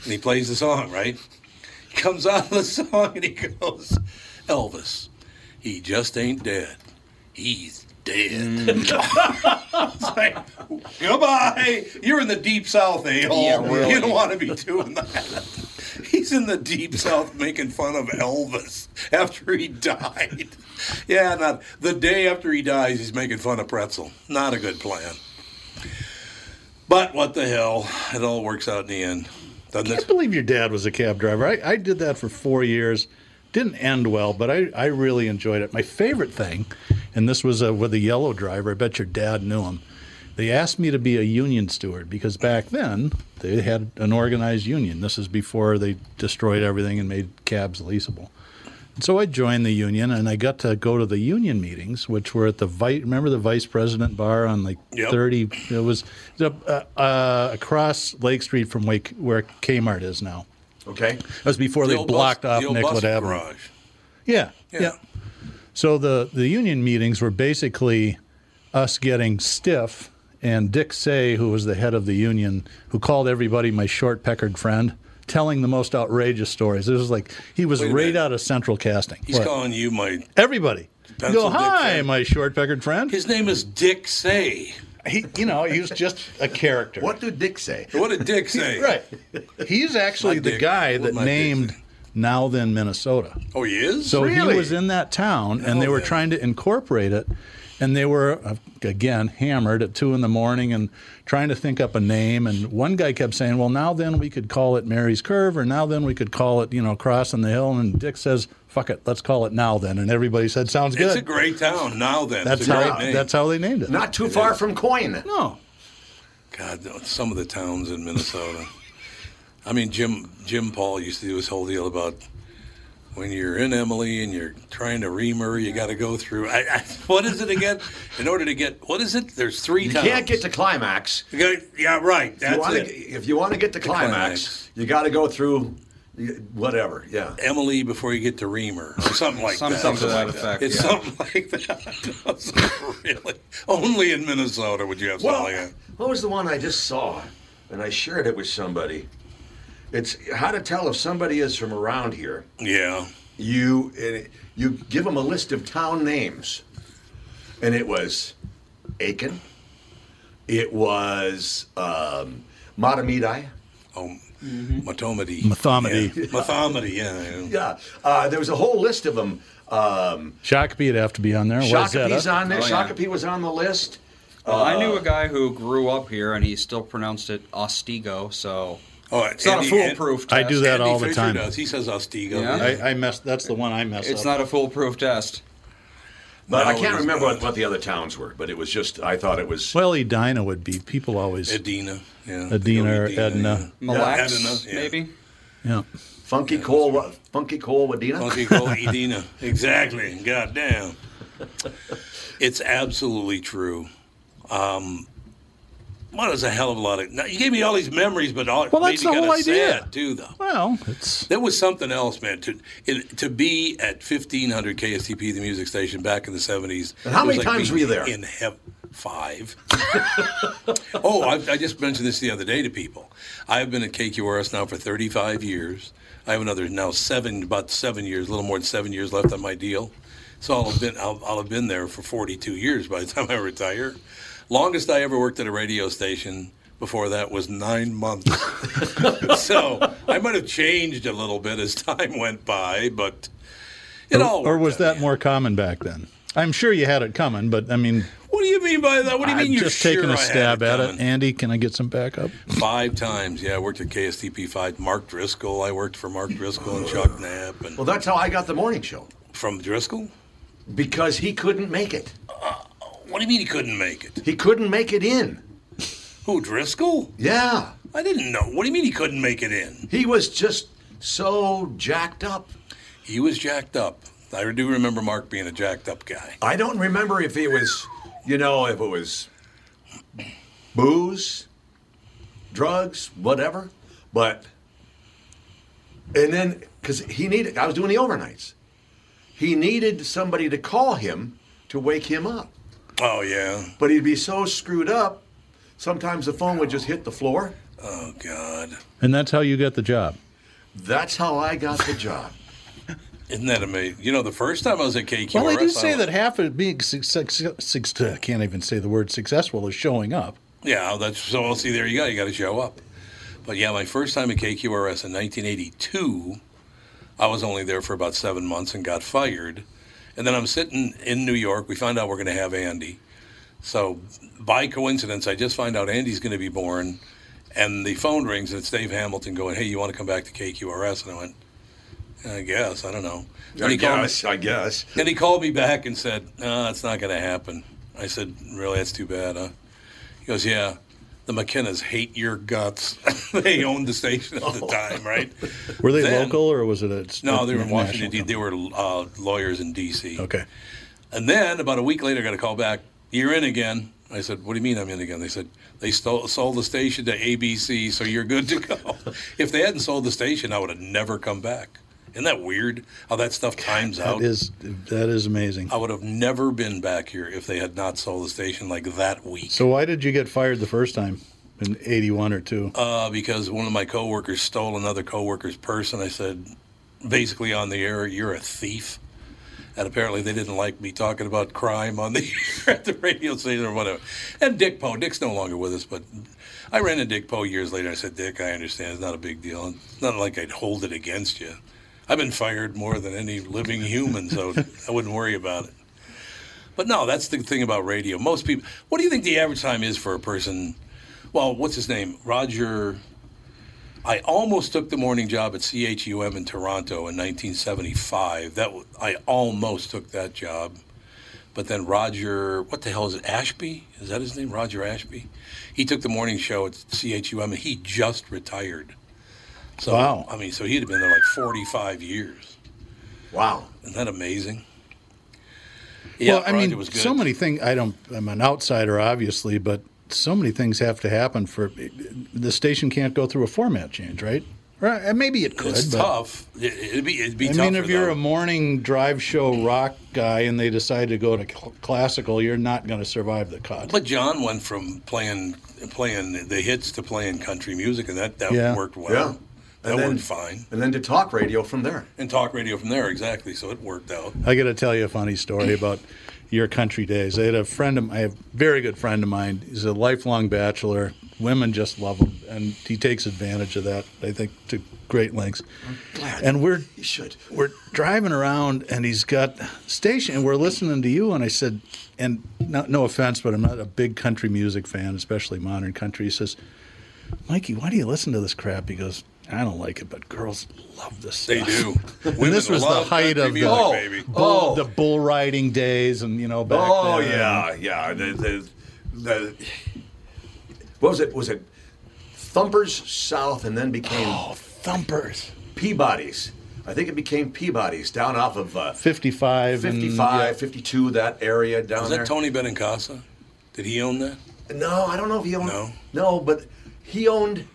A: And he plays the song, right? He comes out of the song and he goes, Elvis, he just ain't dead. He's dead.
S: Mm.
A: [laughs] It's like, Goodbye. You're in the deep south, a hole.
S: Yeah, really.
A: You don't want to be doing that. He's in the deep south making fun of Elvis after he died. Yeah, not the day after he dies, he's making fun of Pretzel. Not a good plan. But what the hell? It all works out in the end, doesn't
M: I
A: it?
M: can't believe your dad was a cab driver. I, I did that for four years. Didn't end well, but I, I really enjoyed it. My favorite thing, and this was uh, with a yellow driver, I bet your dad knew him. They asked me to be a union steward because back then they had an organized union. This is before they destroyed everything and made cabs leasable. And so I joined the union and I got to go to the union meetings, which were at the vice, remember the vice president bar on like
S: Yep.
M: 30, it was uh, uh, across Lake Street from Wake, where Kmart is now.
F: Okay.
M: That was before
F: The
M: they
F: old
M: blocked
F: bus- the
M: off
F: old bus
M: Nicollet Avenue.
F: garage.
M: Yeah,
A: yeah.
M: So the, the union meetings were basically us getting stiff, and Dick Say, who was the head of the union, who called everybody my short peckered friend, telling the most outrageous stories. It was like he was
A: Wait a
M: right out of central casting.
A: He's
M: What?
A: calling you my
M: Everybody.
A: Pencil
M: Go,
A: Dick
M: hi,
A: Say."
M: my short peckered friend.
A: His name is Dick Say.
M: He, you know, he was just a character.
F: What did Dick say?
A: What did Dick
M: [laughs]
A: say?
M: right. He's actually
A: My
M: the
A: dick.
M: guy
A: What
M: that
A: my dick
M: named Now Then Minnesota.
A: Oh, he is?
M: So he was in that town, and they were trying to incorporate it, and they were uh, again hammered at two in the morning and trying to think up a name. And one guy kept saying, "Well, now then we could call it Mary's Curve, or now then we could call it you know Crossing the Hill." And Dick says, "Fuck it, let's call it Now Then." And everybody said, "Sounds
A: It's
M: good."
A: a great town now. Then
M: that's
A: it's a
M: how
A: great name.
M: that's how they named it.
F: Not too far from Coin.
M: No.
A: God, no, some of the towns in Minnesota. I mean, Jim Jim Paul used to do his whole deal about when you're in Emily and you're trying to reamer, you got to go through. I, I, what is it again? In order to get what is it? There's three.
F: You
A: towns.
F: can't get to climax.
A: You gotta- yeah, right.
F: If you
A: That's
F: wanna-
A: it.
F: If you want to get to
A: The
F: climax,
A: climax.
F: you got to go through whatever. Yeah.
A: Emily before you get to Reamer or something like
F: Some-
A: that.
F: something to that effect,
A: It's
F: yeah.
A: something like that. [laughs] really? Only in Minnesota would you have something
F: Well,
A: like that.
F: what was the one I just saw? And I shared it with somebody. It's how to tell if somebody is from around here.
A: Yeah.
F: You and it- you give them a list of town names, and it was Aiken. It was um, Matamidi.
A: Oh,
B: Mm-hmm.
A: Matomidi.
M: Mathomedy.
F: [laughs]
A: Yeah. Mathomedy, yeah. yeah.
F: Yeah, uh, there was a whole list of them. Um,
M: Shakopee'd have to be on there.
F: Shakapee's
M: Wayzata.
F: on there.
B: Oh, yeah.
F: Shakopee was on the list.
B: Well, I
A: Uh,
B: knew a guy who grew up here, and he still pronounced it Ostigo. So
A: Oh,
B: it's not a foolproof. test.
M: I do that all the time.
A: He says Ostigo.
M: I, I mess. That's the one I mess
B: it's
M: up.
B: not a foolproof test.
F: But
B: No,
F: I
B: it
F: can't
B: is
F: remember what, what the other towns were. But it was just I thought it was
M: well, Edina would be. People always
A: Edina. Yeah.
M: Edina or Edna.
B: Mille Lacs, maybe.
M: Yeah.
F: Funky Cole, Funky Cole Wadena.
M: [laughs]
F: [laughs]
A: Funky Cole Edina. Exactly. God damn. It's absolutely true. Um, what is a hell of a lot of. Now, you gave me all these memories, but all
M: Well,
A: made
M: that's
A: me
M: the whole
A: kinda
M: idea.
A: sad, too, though.
M: Well, it's
A: There was something else, man. To it, to be at 1500 KSTP, the music station, back in the 70s.
F: And how
A: it was
F: many times were you
A: being
F: there?
A: In heaven. Five. [laughs] oh, I, I just mentioned this the other day to people. I've been at KQRS now for 35 years. I have another now seven, about seven years, a little more than seven years left on my deal. So I'll have been, I'll, I'll have been there for 42 years by the [laughs] time I retire. Longest I ever worked at a radio station before that was nine months. [laughs] so I might have changed a little bit as time went by, but it
M: or,
A: all.
M: or was that more common back then? I'm sure you had it coming, but I mean,
A: What do you mean by that? What do you mean
M: I'm
A: you're
M: just
A: sure
M: taking
A: I
M: a
A: had
M: stab
A: it
M: at
A: coming?
M: it. Andy, can I get some backup?
A: Five times, yeah. I worked at KSTP five. Mark Driscoll, I worked for Mark Driscoll and Chuck Knapp. And
F: Well, that's how I got the morning show.
A: From Driscoll? Uh,
F: Because he couldn't make it.
A: What do you mean he couldn't make it?
F: He couldn't make it in.
A: Who, Driscoll?
F: Yeah.
A: I didn't know. What do you mean he couldn't make it in?
F: He was just so jacked up.
A: He was jacked up. I do remember Mark being a jacked up guy.
F: I don't remember if he was, you know, if it was booze, drugs, whatever. But, and then, because he needed, I was doing the overnights. He needed somebody to call him to wake him up.
A: Oh, yeah.
F: But he'd be so screwed up, sometimes the phone would just hit the floor.
A: Oh, God.
M: And that's how you got the job.
F: That's how I got the job.
A: Isn't that amazing? You know, the first time I was at KQRS,
M: Well, they do
A: I
M: say
A: was-
M: that half of being success, success, I can't even say the word successful is showing up.
A: Yeah, that's so. I'll see. There you go. You got to show up. But yeah, my first time at KQRS in 1982, I was only there for about seven months and got fired. And then I'm sitting in New York. We find out we're going to have Andy. So by coincidence, I just find out Andy's going to be born, and the phone rings and it's Dave Hamilton going, "Hey, you want to come back to KQRS?" And I went, "I guess. I don't know." And
F: I
A: he called me-
F: guess, I guess.
A: and he called me back and said, "No, that's not going to happen." I said, "Really? That's too bad, huh?" He goes, "Yeah, the McKennas hate your guts. [laughs] they owned the station at
F: Oh.
A: the
F: [laughs]
A: time, right?"
M: Were they
A: Then-
M: local or was it a
A: No, they were in
M: national
A: Washington. D.
M: company?
A: They were uh, lawyers in D.C.
M: Okay.
A: And then about a week later, I got a call back. You're in again. I said, "What do you mean I'm in again?" They said, "They stole, sold the station to ABC, so you're good to
M: [laughs]
A: go." if they hadn't sold the station, I would have never come back. Isn't that weird? How that stuff times out.
M: That is that is amazing.
A: I would have never been back here if they had not sold the station like that week.
M: So why did you get fired the first time in '81 or two?
A: Uh, because one of my coworkers stole another coworker's purse, and I said, basically on the air, "You're a thief." And apparently, they didn't like me talking about crime on the [laughs] at the radio station or whatever. And Dick Poe, Dick's no longer with us, but I ran into Dick Poe years later. I said, "Dick, I understand. It's not a big deal. It's not like I'd hold it against you. I've been fired more than any living human, so I wouldn't worry about it." But no, that's the thing about radio. Most people. What do you think the average time is for a person? Well, what's his name? Roger. I almost took the morning job at CHUM in Toronto in 1975. That w- I almost took that job, but then Roger, what the hell is it? Ashby? Is that his name? Roger Ashby. He took the morning show at CHUM, and he just retired. So,
M: Wow.
A: I mean, so he'd have been there like 45 years.
F: Wow.
A: Isn't that amazing? Yeah,
M: well, I
A: Roger
M: mean,
A: was good.
M: so many things. I don't. I'm an outsider, obviously, but so many things have to happen for the station can't go through a format change, right? Right, and maybe it could.
A: It's
M: but-
A: tough. It- It'd be it'd be
M: I
A: tougher
M: mean, if you're
A: though.
M: a morning drive show rock guy and they decide to go to cl- classical, you're not going to survive the cut.
A: But John went from playing playing the hits to playing country music, and that that
M: Yeah.
A: worked well.
M: Yeah.
A: That
M: And then-
A: worked fine.
F: And then to talk radio from there.
A: And talk radio from there, exactly. So it worked out.
M: I got to tell you a funny story about your country days. I had a friend of I have a very good friend of mine. He's a lifelong bachelor. Women just love him, and he takes advantage of that. I think to great lengths. And we're we're driving around, and he's got station, and we're listening to you. And I said, and no, no offense, but I'm not a big country music fan, especially modern country. He says, Mikey, why do you listen to this crap? He goes. I don't like it, but girls love this
A: They
M: stuff.
F: [laughs]
A: do.
M: and
A: Women
M: this was the
A: love
M: height
A: country
M: of the,
A: music, baby. Oh.
M: bull, the bull riding days, and you know back
F: oh
M: then.
F: yeah, yeah. The, the, the, what was it? Was it Thumpers South, and then became oh
M: Thumpers
F: Peabodys. I think it became Peabodys down off of uh,
M: 55 and-
F: 55, 52, that area down
A: Was
F: there.
A: that Tony Benincasa? Did he own that?
F: No, I don't know if he owned. No, but he owned.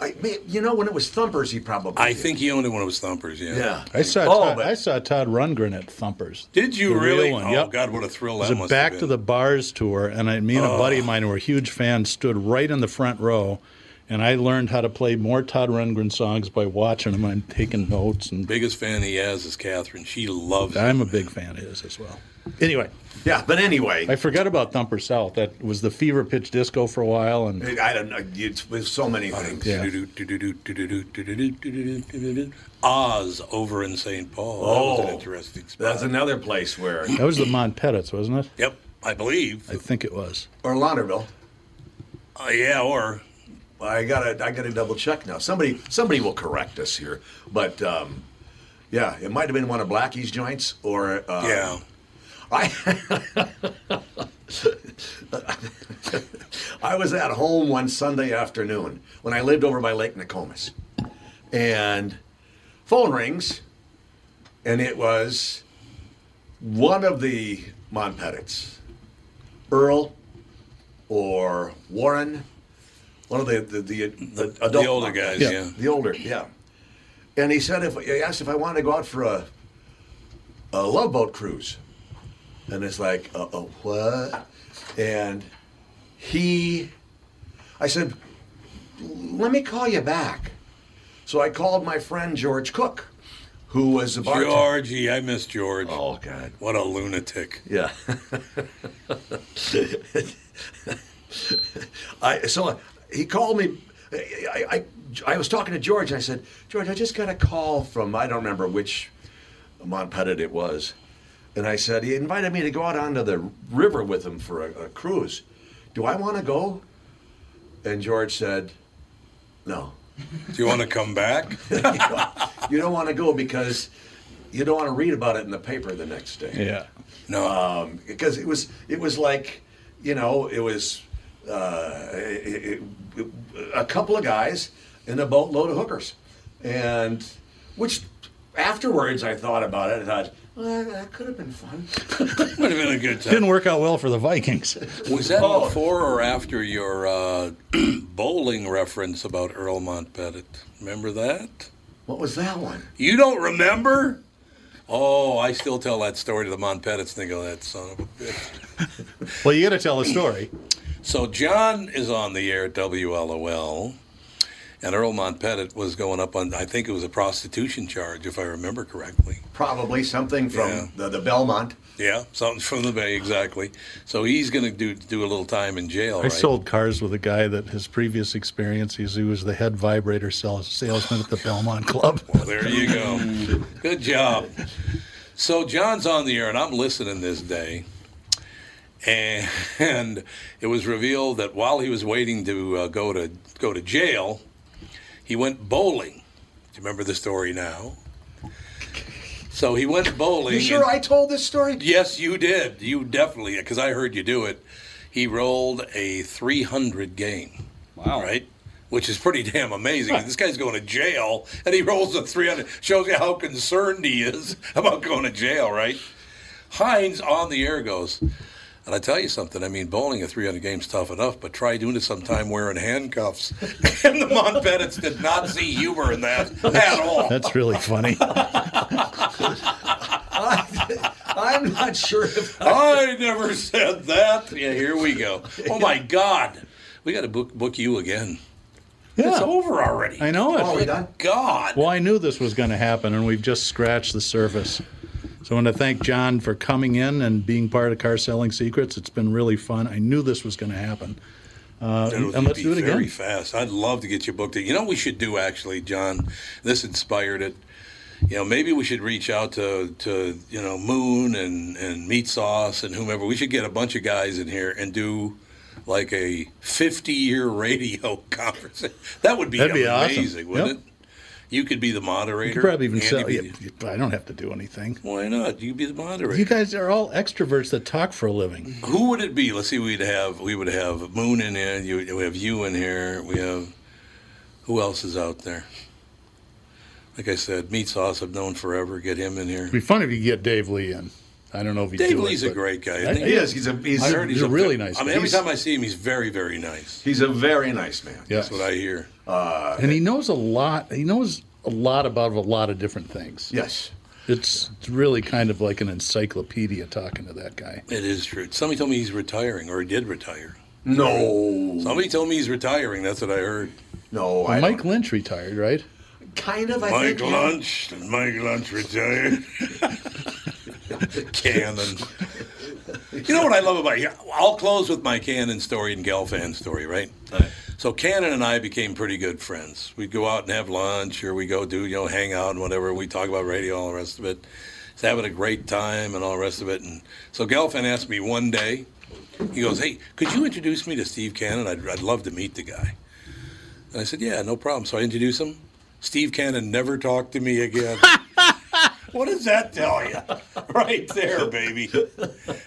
F: I, may- you know, when it was Thumpers, he probably.
A: I think he owned it when it was Thumpers. Yeah.
F: Yeah.
M: I saw
F: Oh,
M: Todd, I saw Todd Rundgren at Thumpers.
A: Did you
M: The real
A: really?
M: one,
A: Oh
M: yep.
A: God, what a thrill
M: It was
A: that
M: a
A: must
M: back
A: have
M: to
A: been. Oh.
M: the bars tour, and I, me and a buddy of mine who were huge fans stood right in the front row, and I learned how to play more Todd Rundgren songs by watching him and taking notes. And
A: Biggest fan he has is Catherine. She loves him.
M: I'm a big fan of his as well. Anyway,
F: Yeah, but anyway,
M: I forgot about Thumper South. That was the fever pitch disco for a while, and
F: I, I don't know. It's, there's so many things.
M: Oh, Yeah.
A: Oz over in St. Paul. that was an
F: Oh,
A: interesting spot.
F: That's another place where.
M: that was the Montpettits, wasn't it?
A: Yep, I believe.
M: I think it was.
F: Or Launderville.
A: Uh, yeah, or
F: I gotta I gotta double check now. Somebody somebody will correct us here, but um, yeah, it might have been one of Blackie's joints or uh,
A: Yeah.
F: I I was at home one Sunday afternoon when I lived over by Lake Nokomis, and phone rings, and it was one of the Monpettits, Earl or Warren, one of the the the, the adult
A: the older guys, Yeah. yeah.
F: the older, yeah. And he said if he asked if I wanted to go out for a a love boat cruise, and it's like a, a what? And he, I said, let me call you back. So I called my friend George Cook, who was a bartender.
A: Georgie. I miss George.
F: Oh God,
A: what a lunatic. [laughs]
F: Yeah. I so he called me. I, I I was talking to George. and I said, George, I just got a call from I don't remember which Montpettit it was, and I said he invited me to go out onto the river with him for a, a cruise. Do I want to go? And George said, No.
A: Do you want to come back?
F: [laughs] you don't want to go because you don't want to read about it in the paper the next day.
A: Yeah.
F: No. Um, because it was it was like, you know, it was uh, it, it, a couple of guys and a boatload of hookers, and which afterwards I thought about it. I thought well, that could have been fun.
A: Would have been a good time.
M: Didn't work out well for the
A: [laughs]
M: Vikings.
A: Was that
F: Oh.
A: before or after your uh, [clears throat] bowling reference about Earl Montpettit? Remember that?
F: What was that one?
A: You don't remember? Oh, I still tell that story to the Montpettits and they go, that son of a bitch.
M: Well, you got to tell a story.
A: So John is on the air at WLOL, and Earl Montpettit was going up on, I think it was a prostitution charge, if I remember correctly.
F: Probably something from
A: Yeah.
F: the, the Belmont.
A: Yeah, something from the Bay, exactly. So he's going to do do a little time in jail,
M: I
A: right?
M: sold cars with a guy that his previous experience is he was the head vibrator sales, salesman at the Belmont
A: [laughs]
M: Club.
A: Well, there you go. Good job. So John's on the air, and I'm listening this day. And, and it was revealed that while he was waiting to uh, go to go to jail, he went bowling. Do you remember the story now? So he went bowling.
F: You sure
A: and-
F: I told this story?
A: Yes, you did. You definitely, because I heard you do it. He rolled a 300 game. Wow. Right? Which is pretty damn amazing. this guy's going to jail, and he rolls a 300. Shows you how [laughs] concerned he is about going to jail, right? Hines on the air goes, And I tell you something, I mean, bowling a 300 game's tough enough, but try doing it sometime wearing handcuffs. [laughs] and the Montpetits did not see humor in that at all.
M: That's really
A: [laughs]
M: funny.
A: I'm not sure if I, never said that. Yeah, here we go. Oh my God, we got to book book you again. It's over already.
M: I know it.
A: Oh, my God.
M: Well, I knew this was going to happen, and we've just scratched the surface. So I want to thank John for coming in and being part of Car Selling Secrets. It's been really fun. I knew this was going to happen. Uh,
A: It'll
M: and let's
A: be
M: do it again.
A: Very fast. I'd love to get you booked. In. You know, what we should do actually, John. This inspired it. You know, maybe we should reach out to, to you know Moon and and Meat Sauce and whomever. We should get a bunch of guys in here and do like a fifty year [laughs] radio conversation. That would be
M: That'd be awesome.
A: amazing, wouldn't
M: Yep.
A: it? You could be the moderator.
M: You could probably even
A: Andy
M: sell.
A: be-
M: yeah, but I don't have to do anything.
A: Why not? You could be the moderator.
M: You guys are all extroverts that talk for a living.
A: Who would it be? Let's see. We'd have we would have Moon in here. You, we have you in here. We have who else is out there? Like I said, Meat Sauce I've known forever. Get him in here.
M: It'd be fun if you get Dave Lee in. I don't know if he'd
A: Dave
M: do
A: Lee's
M: it,
A: a
M: but-
A: great guy.
M: I-
A: isn't
M: he is. He's a he's,
A: I
M: a,
A: heard
M: he's a really
A: very-
M: nice.
A: I mean,
M: guy.
A: every
M: He's-
A: time I see him, he's very very nice.
F: He's a very nice man.
M: Yeah.
A: That's what I hear.
F: Uh,
M: and he knows a lot. He knows a lot about a lot of different things.
F: Yes,
M: it's it's really kind of like an encyclopedia talking to that guy.
A: It is true. Somebody told me he's retiring, or he did retire.
F: No.
A: Somebody told me he's retiring. That's what I heard.
F: No,
M: Well, Mike Lynch retired, right?
F: kind
A: [laughs]
F: of. I
A: Mike
F: think.
A: Lunch. Mike Lunch retired. [laughs] Cannon. You know what I love about you? I'll close with my Cannon story and Gelfand story, right? So Cannon and I became pretty good friends. We'd go out and have lunch, or we go do you know hang out and whatever. We talk about radio, all the rest of it. Just having a great time and all the rest of it. And so Gelfand asked me one day, he goes, "Hey, could you introduce me to Steve Cannon? I'd, I'd love to meet the guy." And I said, "Yeah, no problem." So I introduced him. Steve Cannon never talked to
F: [laughs]
A: me again. what does that tell you? Right there, baby.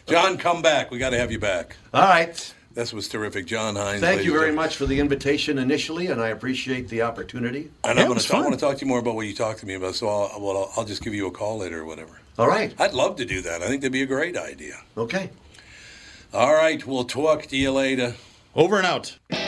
A: John, come back. We got to have you back.
F: All right.
A: This was terrific, John Hines.
F: Thank
A: ladies
F: you
A: and
F: very much for the invitation initially, and I appreciate the opportunity.
A: And I'm gonna t- I want to talk to you more about what you talked to me about. So I'll, well, I'll, I'll just give you a call later or whatever.
F: All right.
A: I'd love to do that. I think that'd be a great idea.
F: Okay.
A: All right. We'll talk to you later.
M: Over and out.
D: Oh.